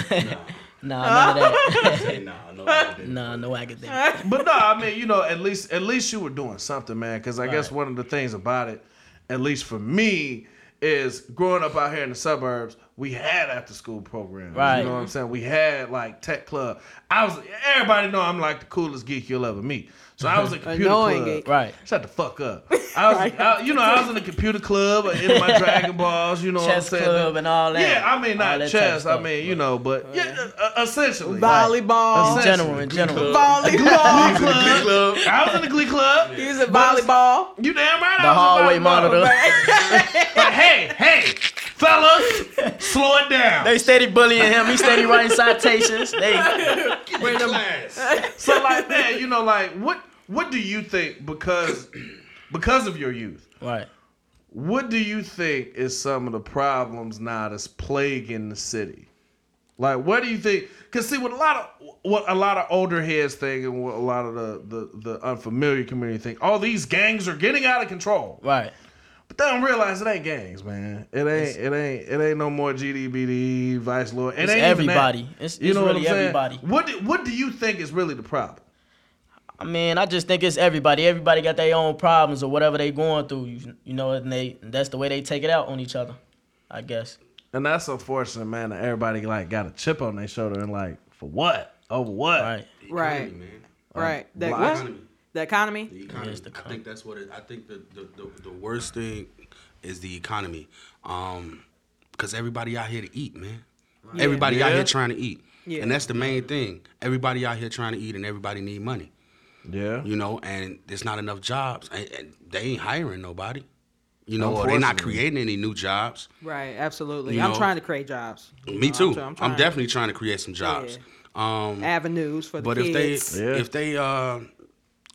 nah, none of that.
Nah, no, I didn't.
Nah, no academic.
but no, I mean, you know, at least at least you were doing something, man. Because I guess
Right.
one of the things about it, at least for me, is growing up out here in the suburbs, we had after school programs.
Right.
You know what I'm saying? We had like tech club. I was everybody know I'm like the coolest geek you'll ever meet. So I was a computer
Annoying
club.
geek.
Right.
Shut the fuck up. I was, I- you know, I was in the computer club, uh, in my Dragon Balls, you know
Chess
what I'm saying?
club and all that.
yeah, I mean,
All
not
that type
chess. I
stuff.
mean, you know, but yeah, uh, essentially.
Volleyball.
Right.
general, in general.
Volleyball.
Glee
Club.
I was in the Glee Club.
He was at volleyball.
You damn right.
The
I was
hallway
about-
monitor.
But hey, hey, fellas, slow it down.
They steady bullying him. He steady writing citations. They
so like, man, you know, like, what, what do you think? Because, because of your youth,
right.
what do you think is some of the problems now that's plaguing the city? Like, what do you think? Because see, what a lot of what a lot of older heads think, and what a lot of the the, the unfamiliar community think, all these gangs are getting out of control.
Right.
But they don't realize it ain't gangs, man. It ain't it ain't it ain't no more GDBD, Vice Lord. It
It's
ain't even that.
everybody. It's- it's really
saying?
everybody.
What do, what do you think is really the problem?
I mean, I just think it's everybody. Everybody got their own problems or whatever they going through. You, you know, and they that's the way they take it out on each other. I guess.
And that's unfortunate, man. That everybody like got a chip on their shoulder and like for what? Over what?
Right.
Right.
Economy, man.
Right. That
Black
what?
economy.
The economy.
The economy.
Yes, the
I think that's what it, I think the, the, the, the worst thing is the economy. Um, cause everybody out here to eat, man. Everybody out
Yeah.
here trying to eat.
Yeah.
And that's the main thing. Everybody out here trying to eat and everybody need money.
Yeah.
You know, and there's not enough jobs. And, and they ain't hiring nobody. You know, or they're not
Unfortunately.
creating any new jobs.
Right. Absolutely.
You
I'm
know-
trying to create jobs.
Me
I'm
too.
try- I'm
I'm,
trying.
definitely trying to create some jobs. Um,
Avenues for the
But if
kids.
they
Yeah.
if they uh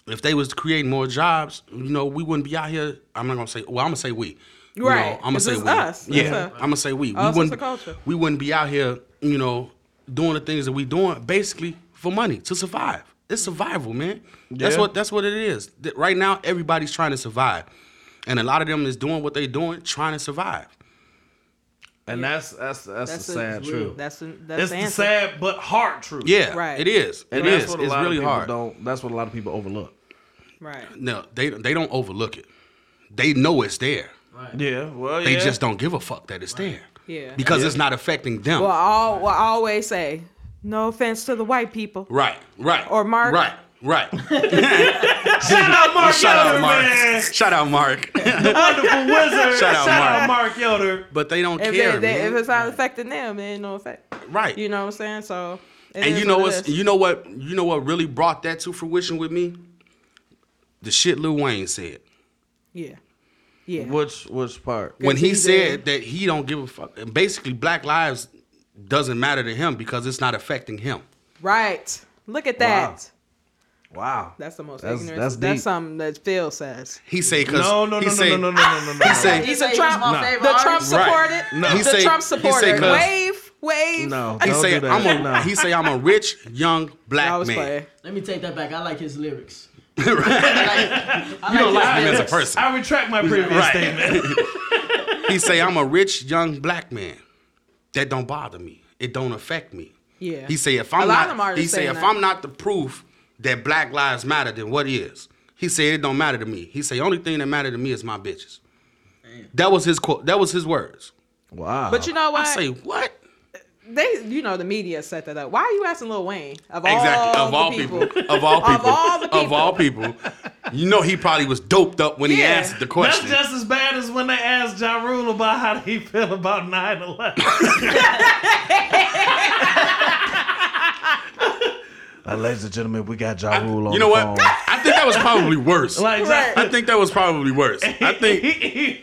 if they was to create more jobs, you know, we wouldn't be out here. I'm not gonna say. Well, I'm gonna say we. You
Right,
Know, I'm gonna
'cause
say
it's
we.
us. It's
Yeah.
a-
i I'm gonna say we. We
us, it's a
wouldn't.
culture.
We wouldn't be out here. You know, doing the things that we doing basically for money to survive. It's survival, man. That's
Yeah.
what that's what it is. That Right now, everybody's trying to survive, and a lot of them is doing what they doing, trying to survive.
And that's that's that's,
That's
the
a-
sad
it's
truth.
That's the- that's
It's
the
the
answer.
sad but hard truth.
Yeah,
Right.
It is.
And
it
that's
is.
what a
It's
lot
really
of people
hard.
don't that's what a lot of people overlook.
Right.
No, they they don't overlook it. They know it's there.
Yeah. Well
They
yeah.
just don't give a fuck that it's there.
Yeah.
Because it's not affecting them.
Well, all well, I always say, no offense to the white people.
right, right.
Or Mark.
Right, right.
Shout out Mark
Shout out
Yoder, man.
Mark. Shout out Mark.
Wonderful wizard.
Shout out
Mark Yoder.
but they don't
If, they-
care,
they-
man.
if it's not affecting them, it ain't no effect.
right.
You know what I'm saying? So. it
and
is
you
what
know
it
what's
is.
you know what you know what really brought that to fruition with me? The shit Lil Wayne said.
Yeah. Yeah.
Which which part?
when he
he's
said that he don't give a fuck and basically black lives doesn't matter to him because it's not affecting him.
Right. Look at that.
Wow.
That's the most
That's-
ignorant.
that's
That's,
deep.
something that Phil says.
He say cuz
No, no,
he
no,
say,
no, no, no, no, no, no, no.
He say
He's
say
a
he's
Trump.
my
the
favorite
Trump
artist.
supported.
Right. No. He
The
say-
Trump
he say
supporter.
cause-
wave, wave.
No.
He
Don't
say
do that.
I'm a
No.
he say I'm a rich young
I
black
was
man.
playing.
Let me take that back. I like his lyrics.
You don't like him
I-
as a person.
I retract my previous
Right.
statement.
He say I'm a rich young black man. That don't bother me. It don't affect me.
Yeah.
He say if
A
I'm
lot of them
not
artists
he say
saying
if
that.
I'm not the proof that black lives matter, then what is? He say it don't matter to me. He say only thing that matter to me is my bitches. That was his quote. That was his words.
Wow.
But you know what?
I say what?
they, you know, the media set that up. Why are you asking Lil Wayne? Of all
Exactly. Of
the
all
people.
people. Of all
Of
people.
all the
Of all people. You know he probably was doped up when he
Yeah.
answered the
that's
question.
just as bad as when they asked Ja Rule about how he feel about 9-11. Uh, ladies and gentlemen, we got Ja Rule on
you know
the
what?
phone.
I think that was probably worse.
Like,
Right.
I think that was probably worse. I think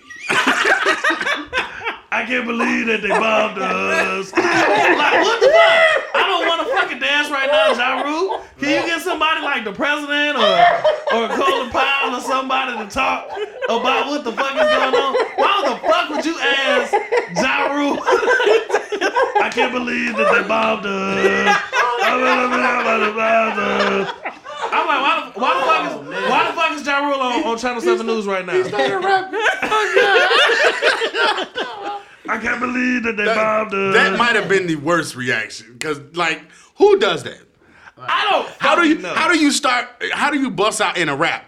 I can't believe that they bombed us. like, what the fuck? I don't want to fucking dance right now, Ja Rule. Can you get somebody like the president or, or Colin Powell or somebody to talk about what the fuck is going on? Why the fuck would you ask Ja Rule? I can't believe that they bombed us. I mean, I mean, I mean, they bombed us. I'm like, why the, why the fuck is why the fuck is Ja Rule on, on Channel Seven News right now? I can't believe that they bombed us.
that might have been the worst reaction. Cause like, who does that?
I don't.
How do you how do you start how do you bust out in a rap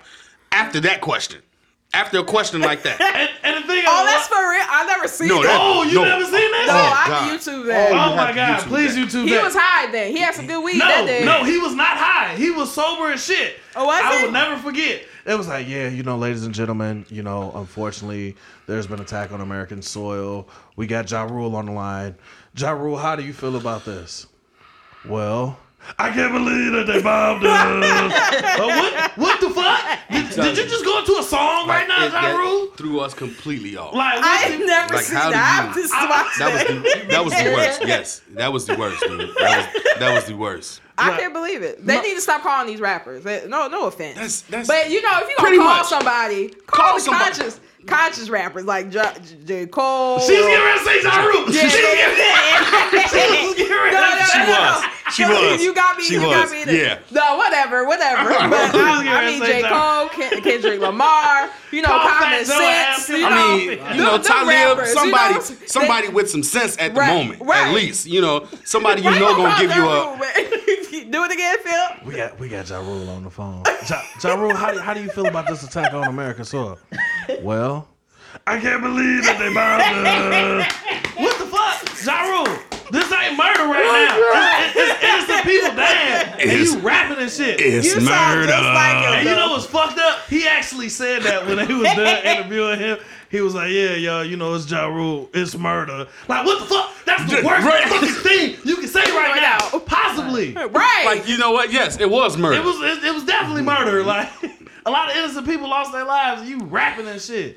after that question? After a question like that.
And, and the thing is,
Oh, that's for real. I never seen
No,
that.
that-
oh, you
No.
never seen that?
No, I
God.
YouTube that.
Oh, my
you have to
God!
YouTube
Please
that.
YouTube
he
that.
was high then. He had some good weed that day.
no, no, he was not high. He was sober as shit.
Oh, was
I
he?
will never forget. It was like, yeah, you know, ladies and gentlemen, you know, unfortunately, there's been attack on American soil. We got Ja Rule on the line. Ja Rule, how do you feel about this? Well, I can't believe that they bombed us. Uh, what, what the fuck? Did, did you just go into a song right now,
It-
Ja
that
Rule?
threw us completely off.
Like, what
I
the-
ain't never
Like,
seen
how
that.
do you-
I've just watched
That was
that.
the, that was the worst. Yes, that was the worst, dude. That was, that was the worst.
I can't believe it. They need to stop calling these rappers. They- no, no offense.
That's- that's
but you know, if you
pretty
gonna call
much.
somebody, call,
Call
the
somebody.
conscious, conscious rappers like J, J. Cole.
She was getting ready to say Ja Rule.
Yeah.
She was getting- she was getting ready
no, no,
to
no,
say
no, no.
She
You-
was.
You got me.
She
you
was.
got me. in it.
Yeah.
No, whatever, whatever. But I, I mean, J. Cole, Ken, Kendrick Lamar. You know,
Call
common
Fat Joe and
sense.
ask him
You know,
about
I mean,
No,
you know,
them rappers,
Talib,
you
somebody,
know,
somebody
they-
with some sense at the
Right,
moment,
right.
at least. You know, somebody you
Right
know
on
gonna
top
give
of
you
that
a.
rule, man. Do it again, Phil.
We got we got Ja Rule on the phone. Ja, ja Rule, how do, how do you feel about this attack on American soil? Well, I can't believe that they bombed us. What the fuck, Ja Rule? This ain't murder right now. It's, it's, it's innocent people dying, and
It's-
you rapping and shit.
It's
You sound
murder.
just like
And
him.
you know what's fucked up? He actually said that when they was done interviewing him. He was like, "Yeah, y'all, you know it's Ja Rule, it's murder." Like, what the fuck? That's the worst
right.
fucking thing you can say right now, possibly.
Right.
Like you know what? Yes, it was murder.
It was it, it was definitely murder. Like a lot of innocent people lost their lives. and You rapping and shit.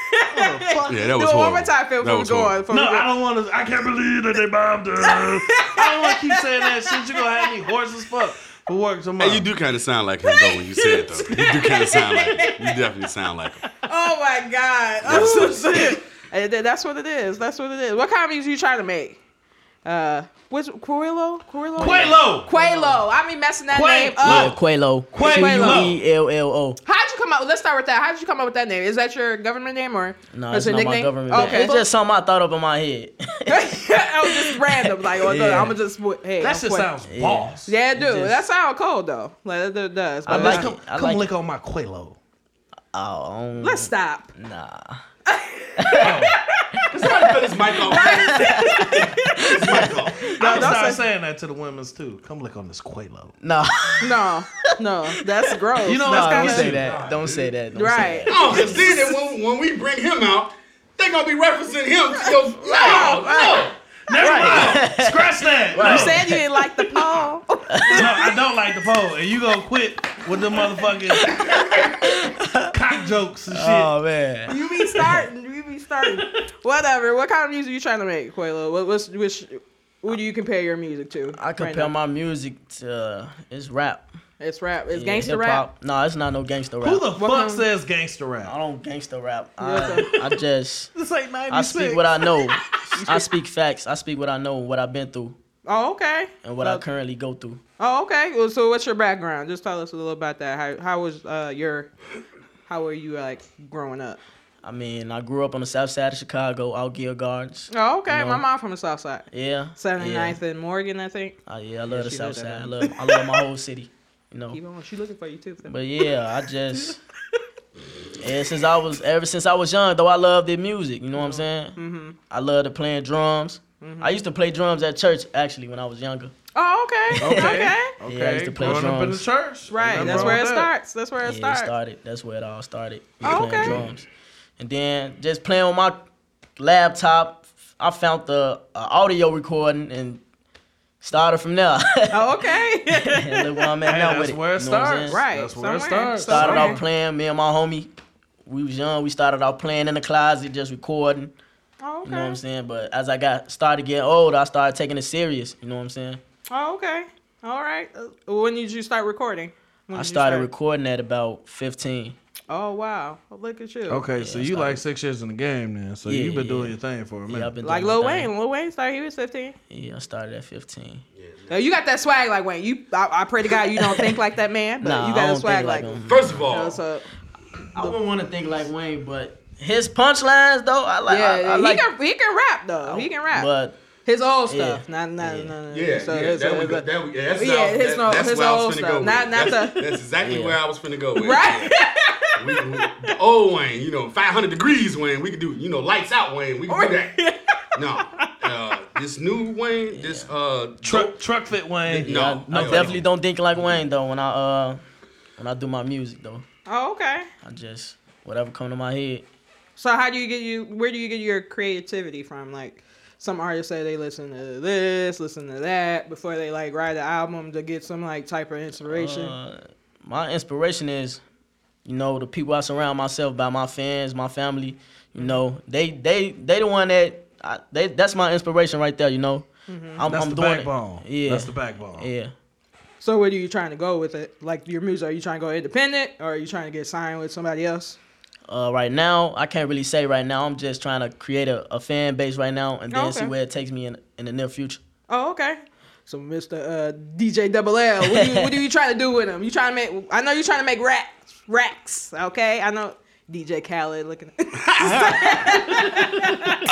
yeah, that was
Do it
horrible.
one more time, Phil. Before
That
we
was
go on.
horrible.
Before
No,
we go-
I don't want to. I can't believe that they bombed us. I don't want to keep saying that shit. You are gonna have me hoarse as fuck for work tomorrow.
Hey, you do kind of sound like him though when you say it though. You do kind of sound like him. You definitely sound like him.
Oh my god. I'm so sick. And th- That's what it is. That's what it is. What kind of music you trying to make? Uh, what's Corillo? Corillo?
Quelo.
Quelo. I be messing that
Quay-
name
Yeah,
up.
Quelo.
Ah!
E
Quelo.
Q-U-E-L-L-O.
How'd you come up? Let's start with that. How'd you come up with that name? Is that your government name or
No,
or
it's
your
not my
nickname?
government.
Okay,
It's just something I thought up in my head.
I was just random. Like oh,
Yeah.
I'm gonna just hey.
That
I'm
shit
Quay.
sounds boss.
Yeah, it do.
It just-
that sound cold though. Like it, it does. But
I like
let's-
it.
Come,
I
come
like
lick
it.
on my Quelo.
Oh, um,
Let's stop.
nah.
Somebody cut his mic off. His mic off.
I'm
don't
start
say-
saying that to the women's too. Come lick on this Quelo.
No.
No, no, that's gross.
You know
No,
what's
don't
kind
say
of
that. Don't say that. Don't
right?
Say that.
No, because Oh, then when, when we bring him out, they gonna be referencing him. So, no, no.
Never mind. Scratch that.
You
No.
said you didn't like the poll.
No, I don't like the poll. And you gonna quit with the motherfucking cock jokes and shit.
Oh man.
You be starting. You be starting. Whatever. What kind of music you trying to make, Quayla? What, what's which? What do you compare your music to?
I compare my music to uh, it's rap.
my. It's rap. It's
Yeah,
gangster rap.
hip-hop. No, it's not no gangster rap.
Who the
What
fuck
kind-
says gangster
I
rap?
don't gangster rap. I,
Yes,
I just
This ain't
I
96.
speak what I know. I speak facts. I speak what I know, what I've been through,
Oh, okay.
and what I currently go through.
Oh, okay. Well, so what's your background? Just tell us a little about that. How how was uh your how were you like growing up?
I mean, I grew up on the south side of Chicago, out Gear Gardens.
Oh, okay.
You know.
My mom from the South Side,
Yeah.
79th
yeah.
and Morgan, I think.
Oh, yeah, I love the
she
south
lived
side.
at
I love, I love my whole city. You know.
Keep on. She looking for you too. Phil.
But yeah, I just yeah, since I was ever since I was young though, I loved the music. You know what
Oh.
I'm saying? Mm-hmm. I loved playing drums.
Mm-hmm.
I used to play drums at church actually when I was younger.
Oh, okay. Okay.
Okay.
Yeah, I used to play
Growing up in the
drums.
church.
Right.
Nothing
That's
wrong
where it
with that.
starts. That's where it
yeah,
starts.
it started. That's where it all started.
Oh,
playing
okay.
drums, and then just playing on my laptop, I found the uh, audio recording and started from there.
Oh, okay.
and look where I'm at
Hey,
now
that's
with it.
where it
you know what I'm
starts.
saying?
Right.
That's where it
somewhere.
starts.
Started
Somewhere.
off playing. Me and my homie, we was young. We started off playing in the closet, just recording.
Oh,
You know what I'm
okay.
saying? But as I got started getting older, I started taking it serious. You know what I'm saying?
Oh, okay. All right. Uh, When did you start recording? When
I
did you
started
start-
recording at about 15.
Oh wow! Well, look at you.
Okay, so
I
you
started-
like six years in the game then. So
Yeah,
you've been
yeah.
doing your thing for a
Yeah, I've
minute.
been
Like
doing
Lil
my thing.
Wayne. Lil Wayne started. He was fifteen.
Yeah, I started at 15.
Now, you got that swag like Wayne. You. I, I pray to God you don't think like that man, but
Nah,
you
I
got
don't
a swag
think
like.
like
him.
him.
First of all,
What's up?
I wouldn't want to think like Wayne, but his punchlines though, I like.
Yeah,
I, I
he
like, Oh,
can he can rap though. He can rap.
But
his old
Yeah.
stuff, not not
Yeah.
no, no, no.
Yeah,
So
yeah,
his-
that was,
his-
that, that, yeah, that's
Yeah,
how-
his
that-
no-
that's
his
where I
old
was finna
stuff.
go with.
Not- not
that's,
the-
that's exactly
Yeah.
where I was finna go with.
right.
Yeah. We, we, the old Wayne, you know, 500 degrees Wayne, we could do, you know, lights out Wayne, we could do that. no, uh, this new Wayne, this uh,
Truck, truck fit Wayne.
No,
yeah, Oh, I, I
no.
definitely don't think like Wayne though when I uh when I do my music though.
oh, okay.
I just whatever come to my head.
So how do you get you? Where do you get your creativity from? Like some artists say they listen to this, listen to that before they like write an album to get some like type of inspiration.
Uh, my inspiration is, you know, the people I surround myself by, my fans, my family. You know, they they they the one that I, they that's my inspiration right there. You know,
Mm-hmm.
I'm,
That's
I'm
the
doing it.
backbone.
Yeah,
That's the backbone.
yeah.
so where do you trying to go with it? Like your music? Are you trying to go independent, or are you trying to get signed with somebody else?
Uh, right now, I can't really say right now. I'm just trying to create a, a fan base right now, and then see
Okay.
where it takes me in in the near future.
Oh, okay. So Mr. Uh, DJ Double L, what do you, what do you try to do with him? You trying to make? I know you trying to make racks, racks. Okay, I know DJ Khaled looking. no,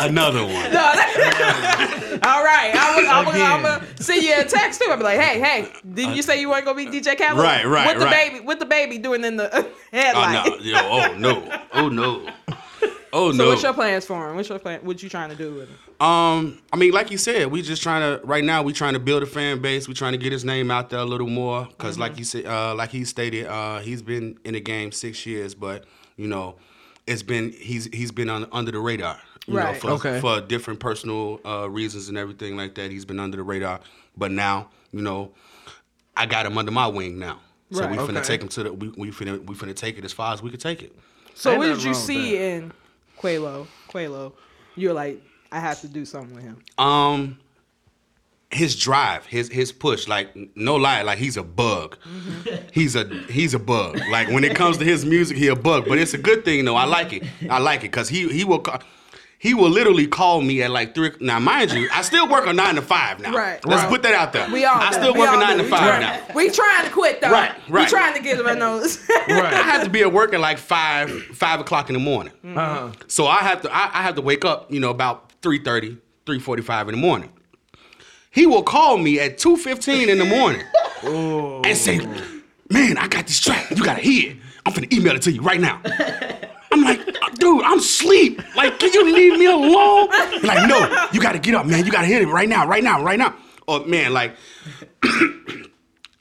Another one.
that- all right, I'm gonna I'm gonna send you a text too. I'll be like, hey, hey, didn't you say you weren't gonna be DJ Khaled?
Right, right,
What the
right.
baby? What the baby doing in the
Oh
headlight?
no. Yo, oh no. Oh no. Oh
So
no.
what's your plans for him? What's your plan? What you trying to do with him?
Um, I mean, like you said, we just trying to right now. We trying to build a fan base. We trying to get his name out there a little more because,
Mm-hmm.
like you said, uh, like he stated, uh, he's been in the game six years, but you know, it's been he's he's been on, under the radar. You know,
Right.
for,
Okay.
for different personal uh, reasons and everything like that, he's been under the radar. But now, you know, I got him under my wing now. So
Right.
we finna
Okay.
take him to the we, we finna we finna take it as far as we could take it.
So
Ain't
what did
nothing
you
wrong with
see in Quelo? Quelo, you're like, I have to do something with him.
um his drive, his his push, like no lie, like he's a bug. He's a he's a bug. Like when it comes to his music, he a bug. But it's a good thing though. I like it. I like it because he he will call, he will literally call me at like three. Now mind you, I still work a nine to five now.
Right,
Let's
right.
put that out there.
We all
I
do.
still
We
work a
all
nine
do.
to
We
five
trying-
now.
We trying to quit though.
Right,
We
right.
trying to get him a nose.
I
Right.
have to be at work at like five five o'clock in the morning.
Uh-huh.
So I have to I, I have to wake up, you know, about 3:30, 3:45 in the morning. He will call me at 2:15 in the morning and say, "Man, I got this track. You got to hear it. I'm finna email it to you right now." I'm like, "Dude, I'm asleep. Like, can you leave me alone?" He's like, "No, you got to get up, man. You got to hear it right now, right now, right now." Oh, man, like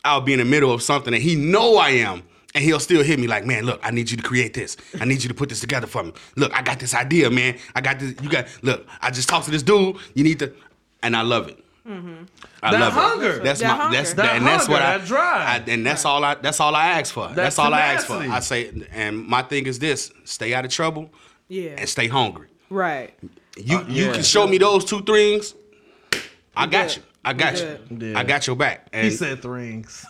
I'll be in the middle of something and he know I am. And he'll still hit me like, man, look, I need you to create this. I need you to put this together for me. Look, I got this idea, man. I got this. You got look. I just talked to this dude. You need to, and I love it. I
That
love
hunger.
It. That's
That
my.
hunger.
That's
That
and that's what
hunger,
I
that drive.
I- and that's all I. That's all I ask for. that's all I ask for.
tenacity.
I say, and my thing is this: stay out of trouble,
Yeah.
and stay hungry.
right.
You you
yeah.
can show me those two things. I got
good.
you. I got
We
you.
good.
I got your back. And
He said things.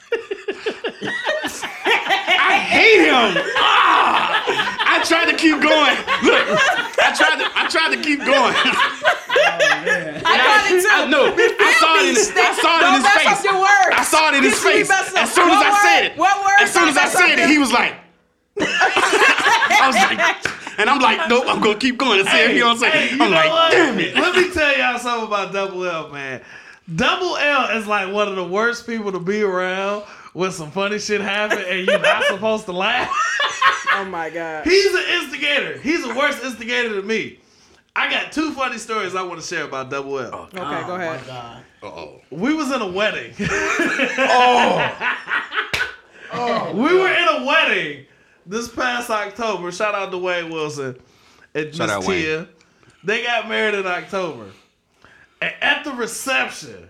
hate him. Ah! I tried to keep going. Look, I tried to I tried to keep going.
I got it too.
I, no, I saw it in his, I saw it in
Don't
his
mess
face.
up your words.
I saw it in his
You
face.
mess up-
As soon as
what
I said
word-
it,
what words
as
don't
soon as I
mess up
said
your-
it, he was like, I was like, and I'm like, nope, I'm gonna keep going and see if he don't say.
Hey,
it.
you
I'm
know
like,
what?
damn it.
Let me tell y'all something about Double L, man. Double L is like one of the worst people to be around when some funny shit happen and you're not supposed to laugh.
Oh my god.
He's an instigator. He's the worst instigator to me. I got two funny stories I want to share about Double L.
Okay, go ahead.
Uh-oh.
We was in a wedding. Oh. we were in a wedding this past October. Shout out to Wayne Wilson and
Shout out
Miss
Wayne.
Tia. They got married in October. And at the reception,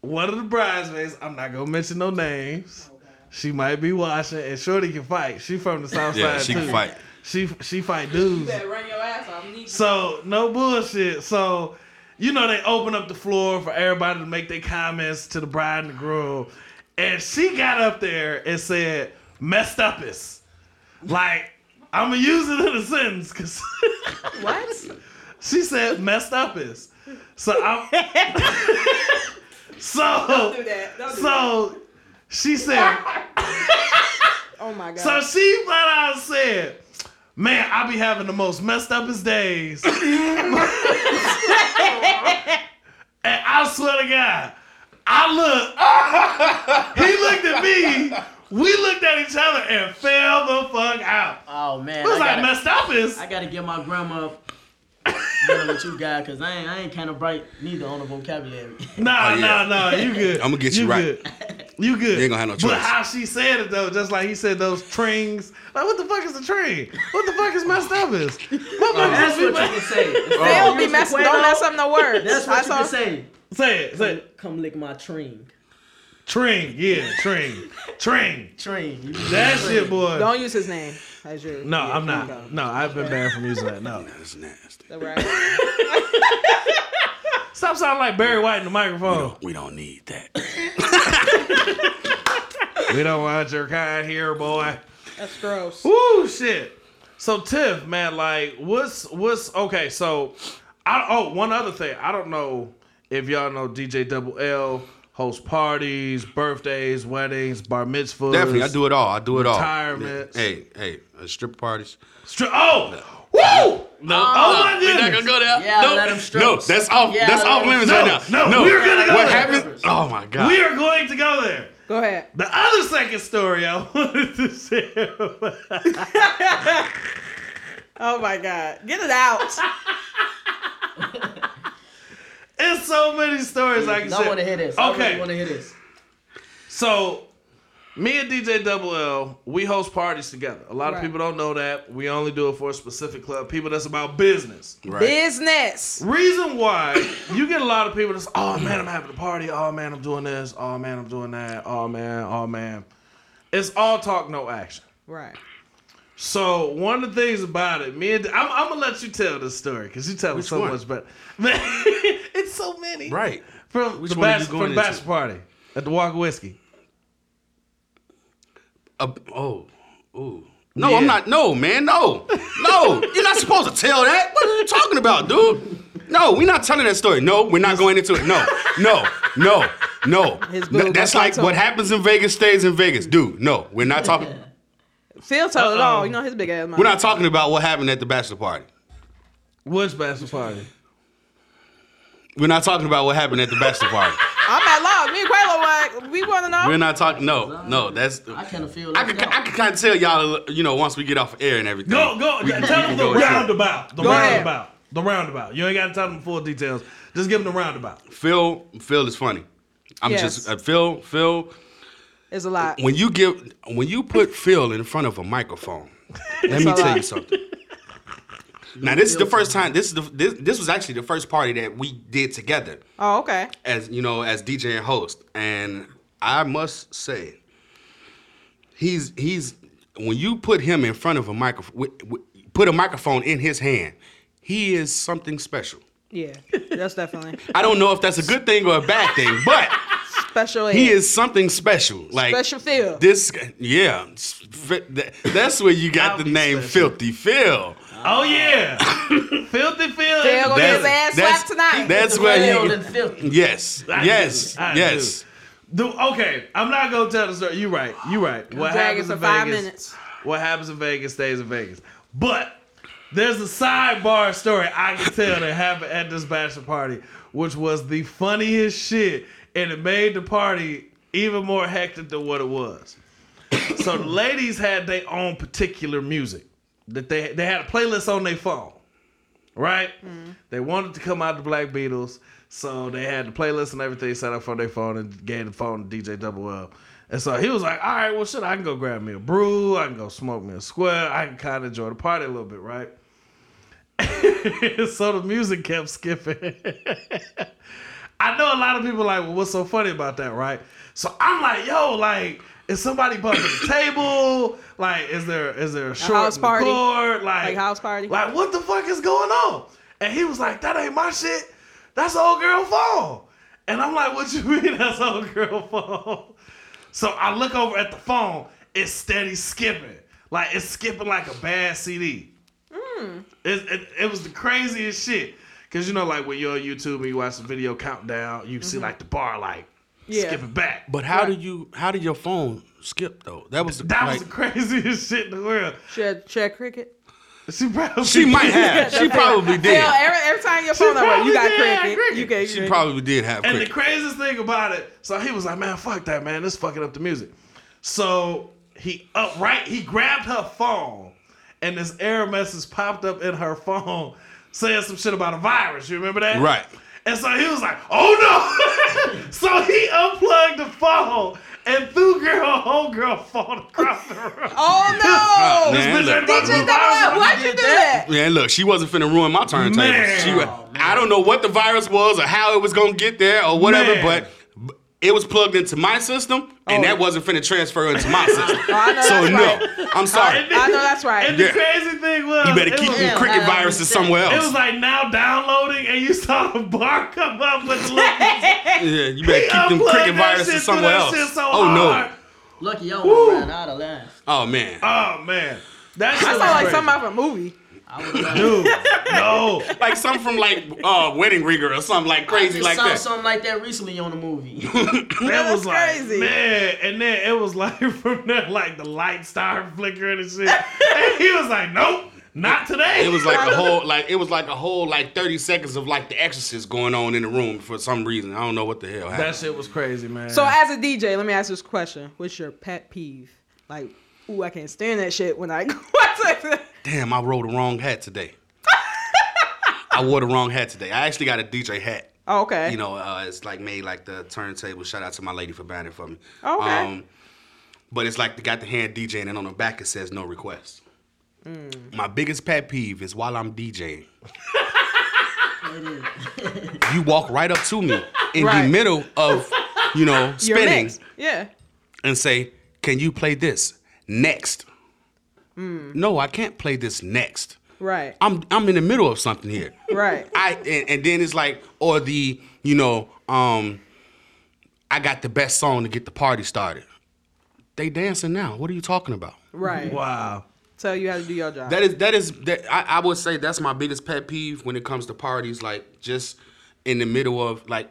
one of the bridesmaids, I'm not gonna mention no names. She might be watching, and Shorty can fight. She from the South
Yeah,
Side
she
too.
can fight.
She she fight dudes.
run your ass off. Need
So no bullshit. So you know they open up the floor for everybody to make their comments to the bride and the groom, and she got up there and said "messed up is," like I'm gonna use it in a sentence because
what?
she said "messed up is." So I'm so
that. Don't
so she said.
Oh my god.
So she flat out said, Man, I be having the most messed upest days. and I swear to God, I looked, he looked at me, we looked at each other and fell the fuck out.
Oh man,
It was
I
like
gotta,
messed up is.
I gotta get my grandma up dealing with you guys, cause I ain't I ain't kind of bright neither on the vocabulary.
Nah,
Oh, yeah.
nah, nah, you good.
I'ma get you right.
Good. You good.
You ain't gonna have no
But
choice.
how she said it though, just like he said those trings. Like what the fuck is a tring? What the fuck is messed up is? Motherfuckers
That's
just be
what you
mess-
can say.
They'll be messing. Don't mess up no words.
That's
I
what you
saw-
can say.
Say it, say it.
Come lick my tring.
Tring, yeah, Tring, Tring.
Tring. You-
That shit, boy.
Don't use his name as your.
no, I'm
Okay.
not. No, I've been banned from using that. No,
That's nasty.
Right.
stop sounding like Barry White in the microphone.
We don't need that.
We don't want your kind here, boy.
That's gross.
Woo, shit. So Tiff, man, like, what's what's okay? So, I oh, one other thing. I don't know If y'all know DJ Double L hosts parties, birthdays, weddings, bar mitzvahs.
Definitely, I do it all. I do it all.
Retirements.
Hey, hey, uh, strip parties.
Stri- oh, woo! No, oh my
We're not
goodness.
gonna go there.
Yeah,
no,
let 'em strip.
no, that's off.
Yeah,
that's
let
off
'em-
limits
No,
right now.
no, we're gonna go
What
there.
happens? Oh my god.
We are going to go there.
Go ahead.
The other second story I wanted to share.
Oh my God. Get it out.
It's so many stories I can
I
share.
want to hear this. I
Okay.
want to hear this.
So, me and DJ Double L, we host parties together. A lot
Right.
of people don't know that. We only do it for a specific club. People that's about business.
right.
Business.
Reason why you get a lot of people that's, oh man, I'm having a party. Oh man, I'm doing this. Oh man, I'm doing that. Oh man, oh man. It's all talk, no action.
Right.
So one of the things about it, me and I'm, I'm gonna let you tell this story because you tell it
Which
so
one?
much better. it's so many.
Right.
From
Which
the
one are you
bas-
going
from the
into?
bachelor party at the Walk of Whiskey.
Uh, oh. Ooh. No,
Yeah.
I'm not. No, man. No. No. You're not supposed to tell that. What are you talking about, dude? No, we're not telling that story. No, we're not going into it. No. No. No. No.
His
No,
boo,
That's
that's what I
like
told
what
him.
happens in Vegas stays in Vegas. Dude, no. We're not talking.
Phil told it all. You know his big ass mouth.
We're not talking about what happened at the bachelor party.
Which bachelor party?
We're not talking about what happened at the bachelor party.
I'm at loss. Me and Quavo, like, we want to know.
We're not talking. No, no, that's.
I kind of feel.
I can, I can kind of tell y'all, you know, once we get off air and everything.
Go go
We can- we
tell
can
them the
go into it.
roundabout. The
Go ahead.
roundabout. The roundabout. You ain't gotta tell them full details. Just give them the roundabout.
Phil, Phil is funny. I'm
Yes.
just uh, Phil, Phil.
It's a lot.
When you give, when you put Phil in front of a microphone, let me
a
tell
lot.
you something. Now this is the first time. This is the this, this was actually the first party that we did together
Oh, okay.
as you know as DJ and host, and I must say, he's he's when you put him in front of a microphone, put a microphone in his hand, he is something special.
Yeah, that's definitely
I don't know if that's a good thing or a bad thing, but.
special.
He
ed.
is something special. Like
Special Phil.
This, yeah, s- fi- that- that's where you got the
I'll be
name
special.
Filthy Phil.
Oh yeah. Filthy Phil.
Phil gonna get his
That's-
ass slapped
that's-
tonight.
that's where he- Yes,
I
yes,
do, I
yes.
Do, okay, I'm not gonna tell the story. You're right. You're right. What
drag
happens
it
in
for five
Vegas?
minutes.
What happens in Vegas stays in Vegas. But there's a sidebar story I can tell that happened at this bachelor party, which was the funniest shit, and it made the party even more hectic than what it was. So the ladies had their own particular music that they they had a playlist on their phone, right?
Mm-hmm.
They wanted to come out the Black Beatles, so they had the playlist and everything set up for their phone and gave the phone to DJ Double L. And so he was like, "All right, well, shit, I can go grab me a brew, I can go smoke me a square, I can kind of enjoy the party a little bit, right?" so the music kept skipping. I know a lot of people like, well, what's so funny about that, right? So I'm like, yo, like, is somebody bumping the table? Like, is there is there a short
house
in the
party?
chord? Like,
Like house party?
Like, what the fuck is going on? And he was like, that ain't my shit. That's old girl phone. And I'm like, what you mean that's old girl phone? So I look over at the phone. It's steady skipping. Like it's skipping like a bad CD. It, it, it was the craziest shit. Cause you know, like when you're on YouTube and you watch the video countdown, you see like the bar like
Yeah.
skipping back.
But how do you? How did your phone skip though? That was the.
that
like,
was the craziest shit in the world.
Check, check cricket.
She probably
she might have. She probably
Phil,
did.
every, every time your phone number, you
probably
got
did have
cricket.
cricket.
You can.
She probably did have.
And the
cricket.
craziest thing about it, so he was like, "Man, fuck that, man. This fucking up the music." So he upright, he grabbed her phone, and this error message popped up in her phone saying some shit about a virus. You remember that?
Right.
And so he was like, "Oh no!" so he unplugged the phone and threw girl, whole girl phone across the room.
Oh no!
Nah, Man,
This bitch
Oh, look.
ain't
Did
about
you
to do
know that?
virus.
Why'd you do that?
Man, look, she wasn't finna ruin my turntable.
Man.
She, wa- I don't know what the virus was or how it was gonna get there or whatever,
Man.
but b- it was plugged into my system, and
Oh.
that wasn't finna transfer into my system.
I know
so
that's
no,
right.
I'm sorry.
I know that's right.
And the
Yeah.
crazy thing was,
You better
it
keep
was,
them cricket viruses somewhere
It
else.
was like now downloading, and you saw the bar come up with the little
yeah, you better keep them
unplugged
cricket
that
viruses
shit, threw
somewhere
that
else.
shit so
oh
hard.
no.
Lucky y'all went around out of line.
Oh man.
Oh man, that shit
I sound
was
like
crazy.
something out of a movie.
I would love
Dude, no.
like something from like uh, Wedding Ringer or something like
I
crazy
just
like
saw
that. Oh
something like that recently on a movie.
That
That's
was like,
crazy.
man, and then it was like from there, like the light started flickering and shit. and he was like, nope, not today.
It was like a whole like it was like a whole like thirty seconds of like the Exorcist going on in the room for some reason. I don't know what the hell happened.
that shit was crazy, man.
So as a DJ, let me ask this question: What's your pet peeve? Like, ooh, I can't stand that shit when I.
Damn, I wore the wrong hat today. I wore the wrong hat today. I actually got a DJ hat.
oh, okay.
You know, uh, it's like made like the turntable. Shout out to my lady for buying it for me. Um,
Okay.
but it's like they got the hand DJ and then on the back it says no request.
Mm.
My biggest pet peeve is while I'm DJing, you walk right up to me in the
Right.
middle of, you know,
your
spinning
mix. Yeah.
and say, "Can you play this next?"
Mm.
No, I can't play this next.
Right.
I'm I'm in the middle of something here.
Right.
I and, and then it's like or the you know um I got the best song to get the party started. They dancing now. What are you talking about?
Right.
wow.
Tell you how to do your job.
That is that is that I, I would say that's my biggest pet peeve when it comes to parties. Like just in the middle of like,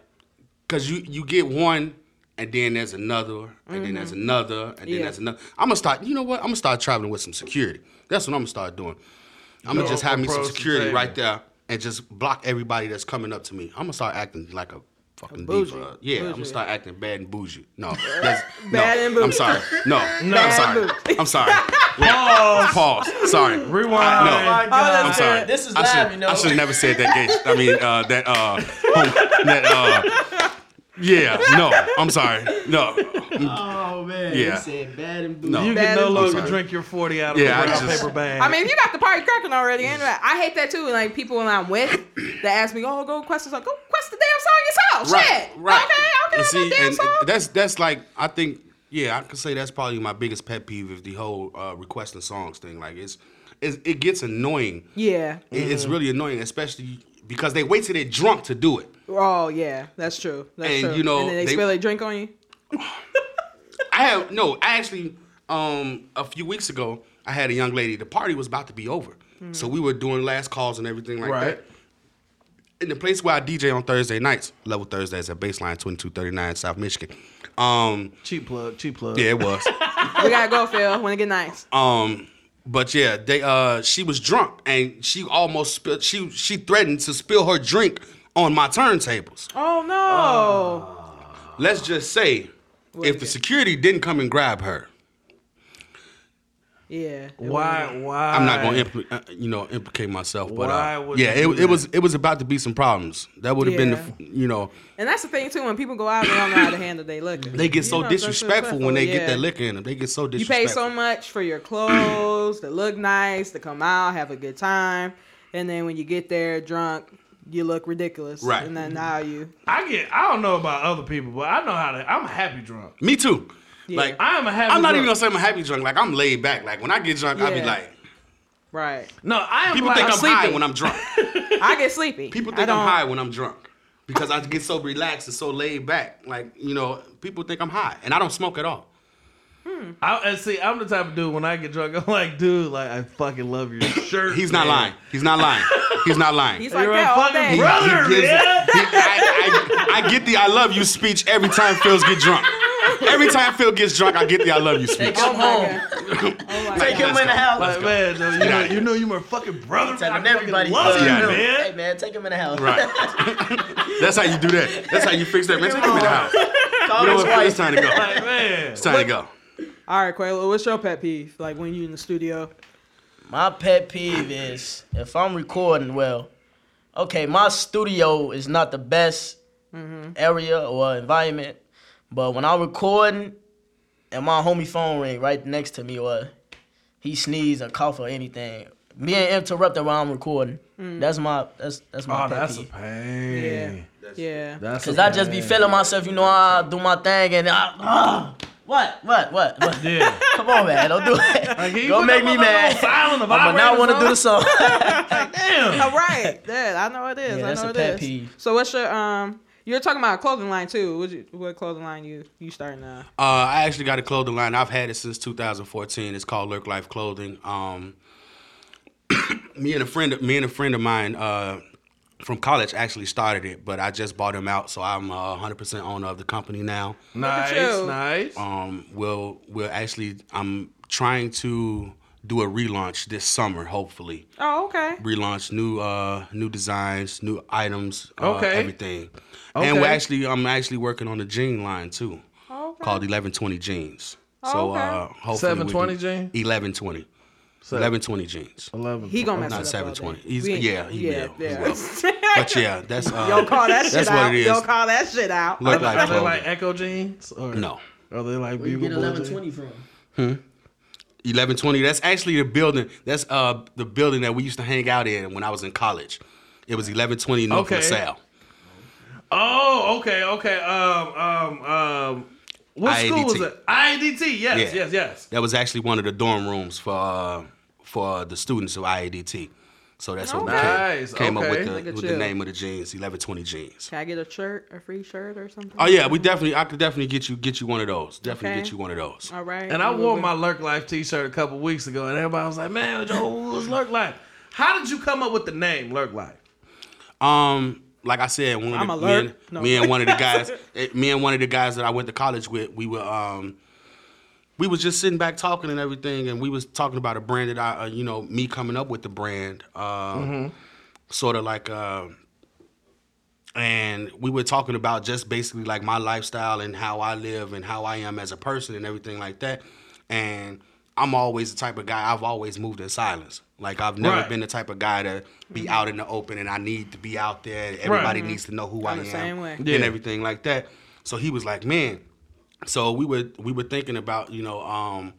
cause you you get one and then there's another and then there's another and then
Mm-hmm. Yeah.
there's another. I'm gonna start. You know what? I'm gonna start traveling with some security. That's what I'm gonna start doing. I'm gonna
No,
just have me some
approach the
security
table.
right there and just block everybody that's coming up to me. I'm gonna start acting like a. Fucking
bougie.
diva. Yeah, I'm gonna
Bougie.
start acting bad and bougie. No, that's,
Bad
no,
and bougie.
I'm sorry. No, no, I'm
Bad
sorry.
and
I'm sorry. Yeah. Pause. Sorry.
Rewind.
uh,
I,
Oh,
no. I'm
that's
sorry.
it.
This is
I
live,
should,
you know.
I should have never said that. Gay, I mean, uh, that. Uh, hom- that. Uh, yeah. No. I'm sorry. No.
Oh man,
Yeah.
you said bad and blue.
No.
You
That
can no
is-
longer
I'm sorry.
drink your 40 out of
Yeah, I
a brown
just-
paper bag.
I mean, if you got the party cracking already, and I hate that too. Like people when I'm with, that ask me, "Oh, go quest the song. Go quest the damn song yourself." Shit. Okay. Okay.
And
that
see,
damn
and
song.
that's that's like I think yeah, I could say that's probably my biggest pet peeve is the whole uh, requesting songs thing. Like it's, it's it gets annoying.
yeah.
It- It's
Mm-hmm.
really annoying, especially because they wait till they're drunk to do it.
Oh yeah, that's true. That's
And,
true.
you know,
and then they,
they-
spill a drink on you.
I have no. I actually, um, a few weeks ago, I had a young lady. The party was about to be over, so we were doing last calls and everything like
Right.
that. In the place where I DJ on Thursday nights, Level Thursdays at Baseline Twenty Two Thirty Nine South Michigan. Um,
cheap plug, cheap plug.
yeah, it was.
We gotta go, Phil. When it get nice.
um, but yeah, they uh, she was drunk and she almost spilled. She she threatened to spill her drink on my turntables.
Oh no.
uh, Let's just say, if the security didn't come and grab her,
yeah. it
Why? Why?
I'm not going to, uh, you know, implicate myef, but
Why
uh,
would
yeah,
you
it,
do
it was
that?
it was about to be some problems. That would have been, the, f- you know,
And that's the thing too. When people go out, they don't know how to handle their liquor.
they get so
You know, that's
disrespectful when they get
yeah.
that liquor in them. They get so
You pay
disrespectful.
so much for your clothes, to look nice, to come out, have a good time, and then when you get there drunk, you look ridiculous.
Right.
And then now you.
I get. I don't know about other people, but I know how to. I'm a happy drunk.
Me too. Like I,
I am a happy.
am not
drunk.
even gonna say I'm a happy drunk. Like I'm laid back. Like when I get drunk, I be
Yeah.
like,
Right.
No, I am.
people
like,
think I'm high
sleepy.
when I'm drunk.
I get sleepy.
People
I
think I'm
don't-
high when I'm drunk because I get so relaxed and so laid back. Like you know, people think I'm high, and I don't smoke at all.
I, and see, I'm the type of dude when I get drunk, I'm like, dude, like I fucking love your shirt.
He's not
man.
lying. He's not lying. He's not lying.
He's like
You're a
that all
fucking
day.
bro- Brother,
gives-
man.
he- I, I- I get the "I love you" speech every time Phil's get drunk. Every time Phil gets drunk, I get the "I love you" speech.
Take him home.
Oh my
Take
God.
him in the house.
Like, man, you
Get
know,
outta here.
you know, you my fucking brother. man. I
Taking
fucking
everybody.
love you,
Yeah,
I know.
man.
Hey man, take him in the house.
Right. That's how you do that. That's how you fix that. Man, take him in the house. You
Call
know
his
what, Phil? It's
wife.
time to go. It's
Like, man.
time to go.
All right, Quayla, what's your pet peeve? Like when you in the studio.
My pet peeve is if I'm recording well, okay, my studio is not the best area or environment, but when I'm recording and my homie phone ring right next to me or he sneeze or cough or anything, me and interrupted while I'm recording. That's my that's that's my
Oh,
pet
that's a
peeve.
pain.
yeah.
That's
Cause
a
I just be
pain.
feeling myself, you know. I do my thing, and I, ah, what, what, what, what?
Yeah.
Come on, man, don't do it.
Like, he
don't
put
make
that
me
motherfucker on
mad.
Silent
I but now I want to do the song.
Damn.
All right. Yeah, I know it is.
Yeah,
I
that's
know
a
it
pet
is.
peeve.
So what's your um? You're talking about a clothing line too. What you, what clothing line you you starting now?
Uh, I actually got a clothing line. I've had it since 2014. It's called Lurk Life Clothing. Um, me and a friend, me and a friend of mine uh, from college actually started it, but I just bought him out, so I'm uh, 100% owner of the company now.
Nice,
you.
nice.
Um, we'll we'll actually I'm trying to do a relaunch this summer, hopefully.
Oh, okay.
Relaunch new uh new designs, new items, uh,
Okay.
everything. And we're
Okay.
actually I'm actually working on a jean line too,
Okay.
called 1120 jeans. So
Okay.
uh hopefully
720
we can,
jean?
1120.
So-
1120 jeans.
11.
He gonna mess
Not
it up. all
720.
day.
He's-
We ain't-
yeah, he will. He
yeah.
But yeah, that's uh
Don't call that shit
that's what
out.
it is.
Don't call that shit out.
Look uh,
Are
like
they
clothing.
like Echo jeans? Or
No.
Are they like
Where you
Bugle
get
Boy
eleven
jeans?
twenty from?
1120. That's actually the building. That's uh the building that we used to hang out in when I was in college. It was 1120 North
Okay.
LaSalle.
Oh, okay, okay. Um, um, um. What school was
IADT.
it? IADT. Yes,
Yeah.
yes, yes.
That was actually one of the dorm rooms for uh, for the students of IADT. So that's what we came,
Nice,
came up
okay.
with
Look
the,
at
with the
you.
name of the jeans, 1120 jeans.
Can I get a shirt, a free shirt or something?
Oh yeah, we definitely I could definitely get you get you one of those. Definitely
Okay.
get you one of those.
All right.
And I
we-
wore
we-
my Lurk Life T-shirt a couple weeks ago, and everybody was like, "Man, Joe, who's Lurk Life? How did you come up with the name Lurk Life?"
Um, like I said, one of the,
I'm
me,
alert.
and,
No.
me and one of the guys, eh, me and one of the guys that I went to college with, we were um, we was just sitting back talking and everything, and we was talking about a brand that I, uh, you know, me coming up with the brand, uh, sort of like uh, and we were talking about just basically like my lifestyle and how I live and how I am as a person and everything like that. And I'm always the type of guy I've always moved in silence. Like I've never
Right. Mm-hmm.
been the type of guy to be out in the open and I need to be out there. and Everybody needs to know who
I'm
I
the
am
same way.
and
Yeah.
everything like that. So he was like, "Man." So we were we were thinking about you know um,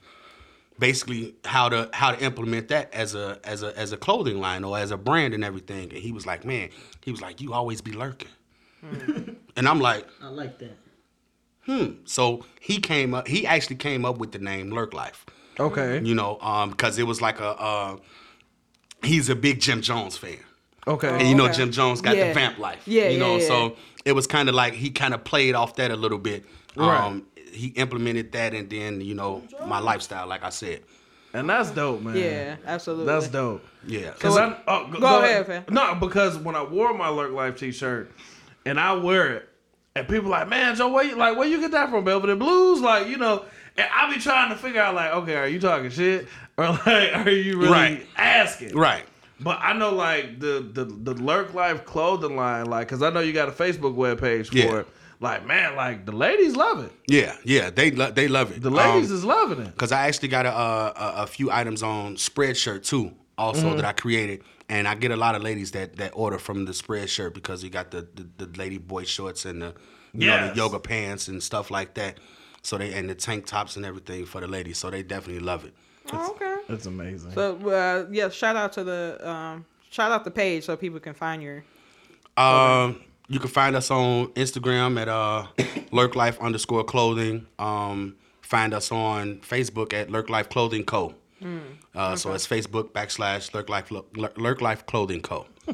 basically how to how to implement that as a as a as a clothing line or as a brand and everything. And he was like, man, he was like, you always be lurking.
Hmm.
and I'm like,
I like that.
so he came up. He actually came up with the name Lurk Life.
Okay.
You know, um, because it was like a uh, he's a big Jim Jones fan. And
Okay.
you know
Oh, okay.
Jim Jones got
Yeah.
the vamp life.
Yeah,
You know,
yeah, yeah.
so it was kind of like he kind of played off that a little bit.
Right.
Um, he implemented that and then, you know, my lifestyle, like I said.
And that's dope, man.
Yeah, absolutely.
That's dope.
Yeah.
Cause I oh, go,
go
ahead,
ahead, Fam.
No, because when I wore my Lurk Life T-shirt, and I wear it, and people like, man, Joe, where you like where you get that from, Belvedere Blues? Like, you know, and I be trying to figure out, like, okay, are you talking shit or like, are you really
Right.
asking?
right.
But I know like the the the Lurk Life clothing line, like, cause I know you got a Facebook webpage for
Yeah.
it. Like, man, like the ladies love it.
Yeah, yeah, they lo- they love it.
The ladies is loving it.
because I actually got a, uh, a a few items on Spreadshirt too, also
Mm-hmm.
that I created, and I get a lot of ladies that that order from the Spreadshirt because you got the the, the lady boy shorts and the you know
Yes.
the yoga pants and stuff like that. So they and the tank tops and everything for the ladies, so they definitely love it.
oh, okay.
That's amazing.
So uh, yeah, shout out to the um, shout out the page so people can find your.
Um, you can find us on Instagram at uh, Lurk Life underscore clothing. Um, find us on Facebook at Lurk Life Clothing Co.
Hmm.
Uh, So it's Facebook backslash Lurk Life Lo- Lurk- Lurk Life Clothing Co.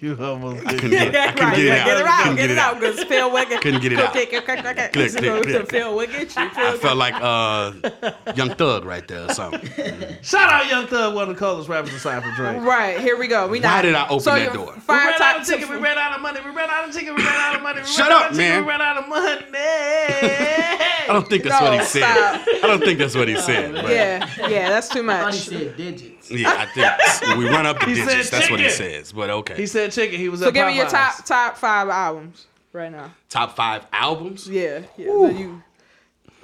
you almost did.
Couldn't get, couldn't
right,
get it
yeah,
out.
get it out,
Couldn't
get it out, because Phil Wiggins
Couldn't get it out.
Click, click, click, click,
Click, click,
Go to
click.
Phil Wiggins. You
I
feel
felt like uh, Young Thug right there or something.
Shout out Young Thug, one of the coolest rappers aside from Drake.
Right here we go. We not.
did I open
so
that
your
door?
We
Fire
ran out of
top.
ticket. We ran out of money. We ran out of ticket. We ran out of money. We
Shut
ran out
up,
of ticket,
man.
We ran out of money.
I don't think that's what he
No,
said.
stop.
I don't think that's what he said. But yeah.
Yeah, yeah, that's too
I thought he
much.
said digits.
I think we run up the
He said
digits. That's what he
chicken.
says. But okay.
he said chicken. He was
So
at
give me your
Popeyes.
top top five albums right now.
Top five albums?
Yeah, yeah. so you,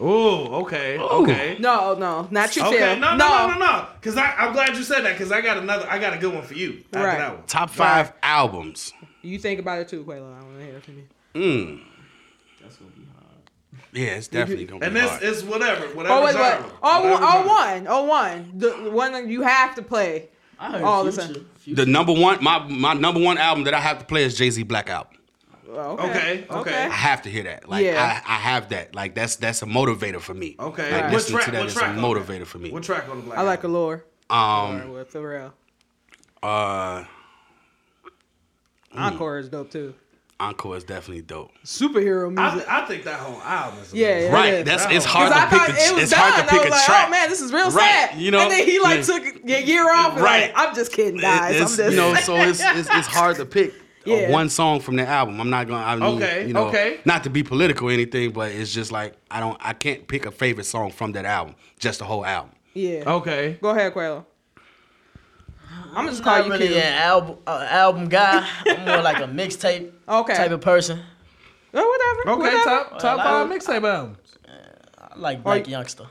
Ooh, okay, okay.
no, no, not you,
Okay,
Phil.
no, no, no, no, no. Because I'm glad you said that. Because I got another. I got a good one for you. After
Right.
that one.
Top five albums.
You think about it too, Quayla. I want to hear it from you.
That's gonna be hard.
Yeah, it's definitely going to
And
be
this
hard.
is whatever, whatever
Oh wait, what?
genre.
Oh,
whatever
one- oh,
genre.
one, oh, one. The one that you have to play.
I heard
All of a
Future.
sudden.
Future.
The number one, my my number one album that I have to play is Jay Z Black Album.
Oh,
Okay, okay.
I have to hear that. Like
Yeah.
I, I have that. Like that's that's a motivator for me.
Okay.
Like
What
listening
track-
to that
what
is a
track on that?
motivator for me.
What track on the black?
I like
Album?
Allure.
Um.
Or with Pharrell.
Uh.
Mm.
Encore is dope too.
Encore is definitely dope.
Superhero
I,
music.
th- I think that whole album is
Yeah,
amazing.
yeah.
Right. That's it's hard
'Cause I
to
thought
pick.
it
A,
was
it's
done.
hard to pick
I was
a
like,
track.
oh man, this is real
Right,
sad.
you know?
and then he like
Yeah.
took a year off. And
Right.
like, I'm just kidding, guys.
It's-
I'm just
you know, so it's it's, it's hard to pick. uh,
Yeah.
One song from the album. I'm not gonna. I mean,
Okay,
You know,
okay.
Not to be political or anything, but it's just like I don't. I can't pick a favorite song from that album. Just the whole album.
yeah.
Okay.
Go ahead, Quayle. I'm just gonna
not
call you
really
Q.
an album uh, album guy. I'm more like a mixtape
Okay.
type of person.
Oh, whatever.
Okay,
whatever.
top top
Well,
five mixtape albums.
I like Black
you-
Youngster.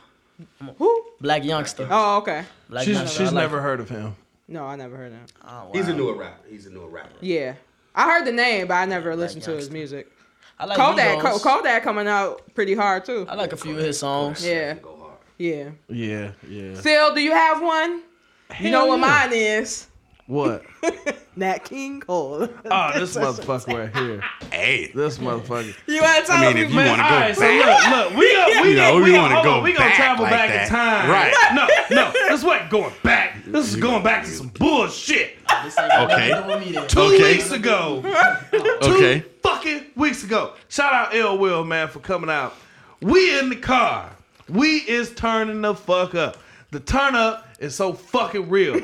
Who?
Black Youngster.
Oh, okay.
Black
She's
Youngster. I
she's
like
never heard of him.
No, I never heard of him.
him. Oh, wow.
He's a newer rapper. He's a newer rapper.
Yeah. I heard the name, but I never listened to his music.
I like
Kodak, Ko-
Migos.
Kodak coming out pretty hard too.
I like a few of his songs.
Yeah, yeah.
Yeah, yeah.
Phil, do you have one? you know what mine is?
What?
Nat King Cole.
Oh, this motherfucker right here.
Hey.
This motherfucker.
you want to tell
mean,
me?
if you
man?
Man,
wanna
all
go
right, so
back.
look, look, we up, we,
You know,
we,
we
up-
wanna
hold
go
on, we gonna
back
travel
like
back
that.
in time.
Right.
No, no, this wasn't going back. This is going back to some bullshit.
This ain't got
Okay.
nothing to do with me then.
Two
Okay.
weeks ago.
Okay.
fucking weeks ago. Shout out L Will, man, for coming out. We in the car. We is turning the fuck up. The turn up is so fucking real.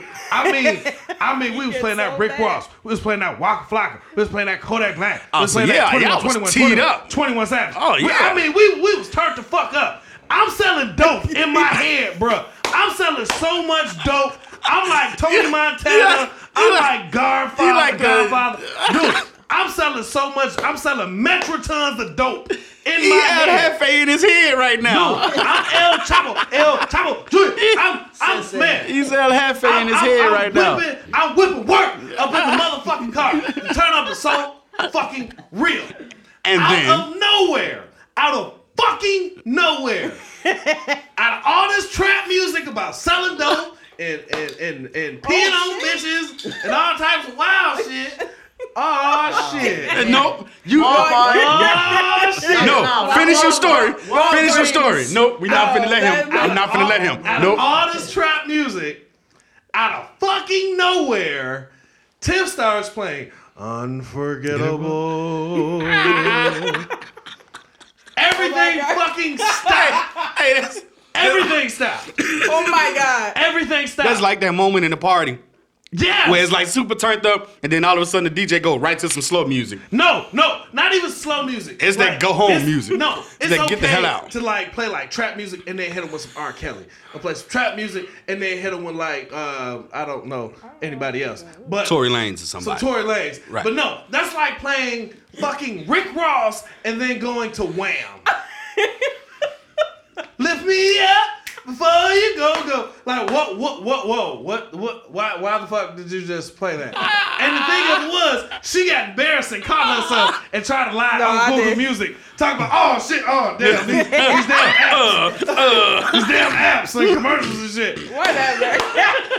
I mean, I mean, we was
It's
playing
so
that Rick
bad.
Ross. We was playing that Waka Flocka. We was playing that Kodak Black. We
Oh,
was
so
playing
yeah,
that
y'all was teed up.
21 Savage.
Oh,
We-
yeah.
I mean, we we was turned the fuck up. I'm selling dope in my head, bruh. I'm selling so much dope. I'm like Tony Montana. I'm like Garfield.
He
He
like
like
the-
Godfather. Dude, I'm selling so much. I'm selling metrotons of dope in
He
my
had
head.
E Hefe in his head right
Dude,
now.
I'm El Chapo. El Chapo. Junior. I'm, I'm man.
He's El E Hefe in his
I'm-
head
I'm
right now.
whipping- I'm whipping work up in the motherfucking car. The turn up is so fucking real.
And
out
then-
of nowhere, out of fucking nowhere, out of all this trap music about selling dope and and and, and
Oh,
peeing on bitches and all types of wild shit. Oh shit.
Nope. You.
Oh shit.
No,
No,
finish
wrong-
your story.
wrong
Finish your story.
things.
Nope, we're not finna let him.
that-
I'm not finna let him.
Out
Nope.
of all this trap music, out of fucking nowhere, Tim starts playing Unforgettable.
Oh
Everything
God.
fucking stopped.
Hey, that's,
Everything stopped.
Oh my God.
Everything stopped.
that's like that moment in the party
yes.
where it's like super turned up, and then all of a sudden the DJ go right to some slow music.
No, no, not even slow music.
It's that go home music.
No,
It's
it's
that
okay
get the hell out.
to like play like trap music and then hit him with some R. Kelly, or play some trap music and then hit him with like uh, I don't know anybody else, but
Tory Lanez or
some
somebody.
Tory Lanez.
Right.
But no, that's like playing fucking Rick Ross and then going to Wham. Lift me up before you go go. Like what what what whoa what what why why the fuck did you just play that? And the thing of it was she got embarrassed and caught herself and tried to lie
No,
on
I
Google
did.
Music. Talking about oh shit oh damn these, these damn apps
Uh,
these damn apps and commercials and shit.
Whatever.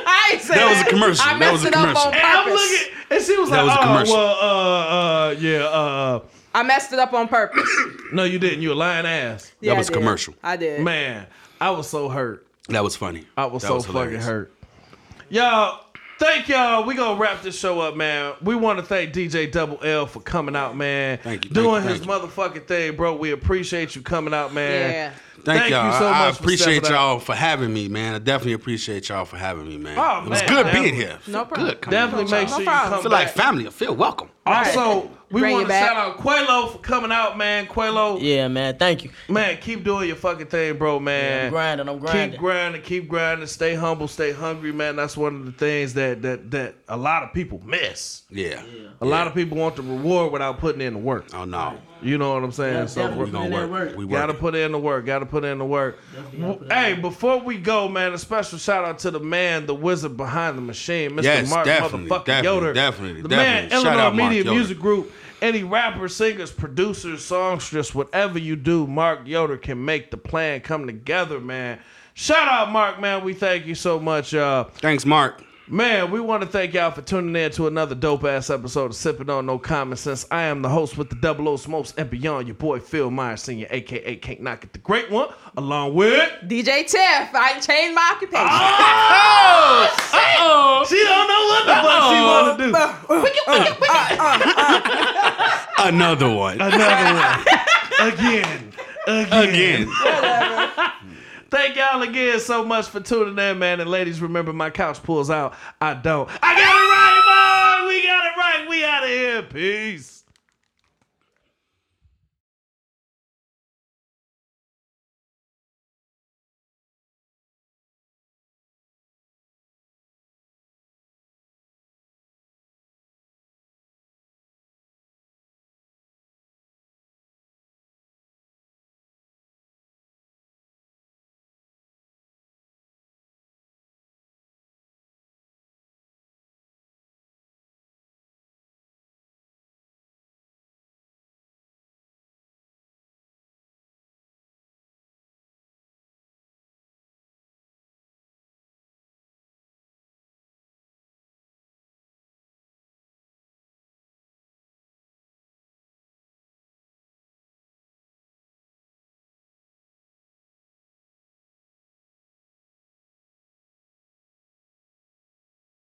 I ain't say that.
was a commercial.
I
That
messed
was a
it up
commercial.
on
And I'm
purpose.
looking and she was
That
like
was a
oh
commercial.
well uh uh yeah uh.
I messed it up on purpose.
No, you didn't. You a lying ass.
Yeah,
was
I did.
commercial.
I did.
Man, I was so hurt.
That was funny.
I was
That
so fucking
hilarious.
hurt. Y'all, thank y'all. We gonna wrap this show up, man. We want to thank DJ Double L for coming out, man.
Thank you, thank
Doing
you,
his
thank
motherfucking thing, bro. We appreciate you coming out, man.
Yeah.
Thank,
Thank
y'all.
you so
I- I
much for
appreciate
stepping up.
y'all for having me, man. I definitely appreciate y'all for having me, man.
Oh,
it was
man,
good
definitely.
being here.
No problem.
Good. coming
Definitely
out.
make
No
sure you
problem.
come
I feel like
back.
family. I feel welcome.
Oh, also, we
Bring
want
it
to
back.
shout out Quelo for coming out, man. Quelo,
Yeah, man. Thank you.
man, keep doing your fucking thing, bro, man.
I'm grinding. I'm
Keep
grinding.
grinding, keep grinding, stay humble, stay hungry, man. That's one of the things that that that a lot of people miss.
Yeah.
A lot of people want the reward without putting in the work.
Oh no.
You know what I'm saying? so
We
definitely.
bro,
gonna
in that
work.
work.
We
gotta
work.
put in the work. Gotta put in the work. Hey, before we go, man, a special shout out to the man, the wizard behind the machine, Mr.
Yes,
Mark
definitely,
motherfucking
definitely,
Yoder.
definitely,
the man,
definitely. Shout
Illinois
out Mark
Media
Yoder.
Music Group. Any rappers, singers, producers, songstress, whatever you do, Mark Yoder can make the plan come together, man. Shout out, Mark, man. We thank you so much. Uh,
Thanks, Mark.
Man, we want to thank y'all for tuning in to another dope ass episode of Sipping on No Common Sense. I am the host with the double O smokes and beyond, your boy Phil Myers Sr., aka Can't Knock It, the great one, along with.
DJ Tiff, I changed my occupation.
Oh! She don't know what the fuck she want to do.
Uh, uh, uh,
Another one.
Another one. Again. Again.
Again.
Thank y'all again so much for tuning in, man. And ladies, remember my couch pulls out. I don't. I got it right, boy. We got it right. We out of here. Peace.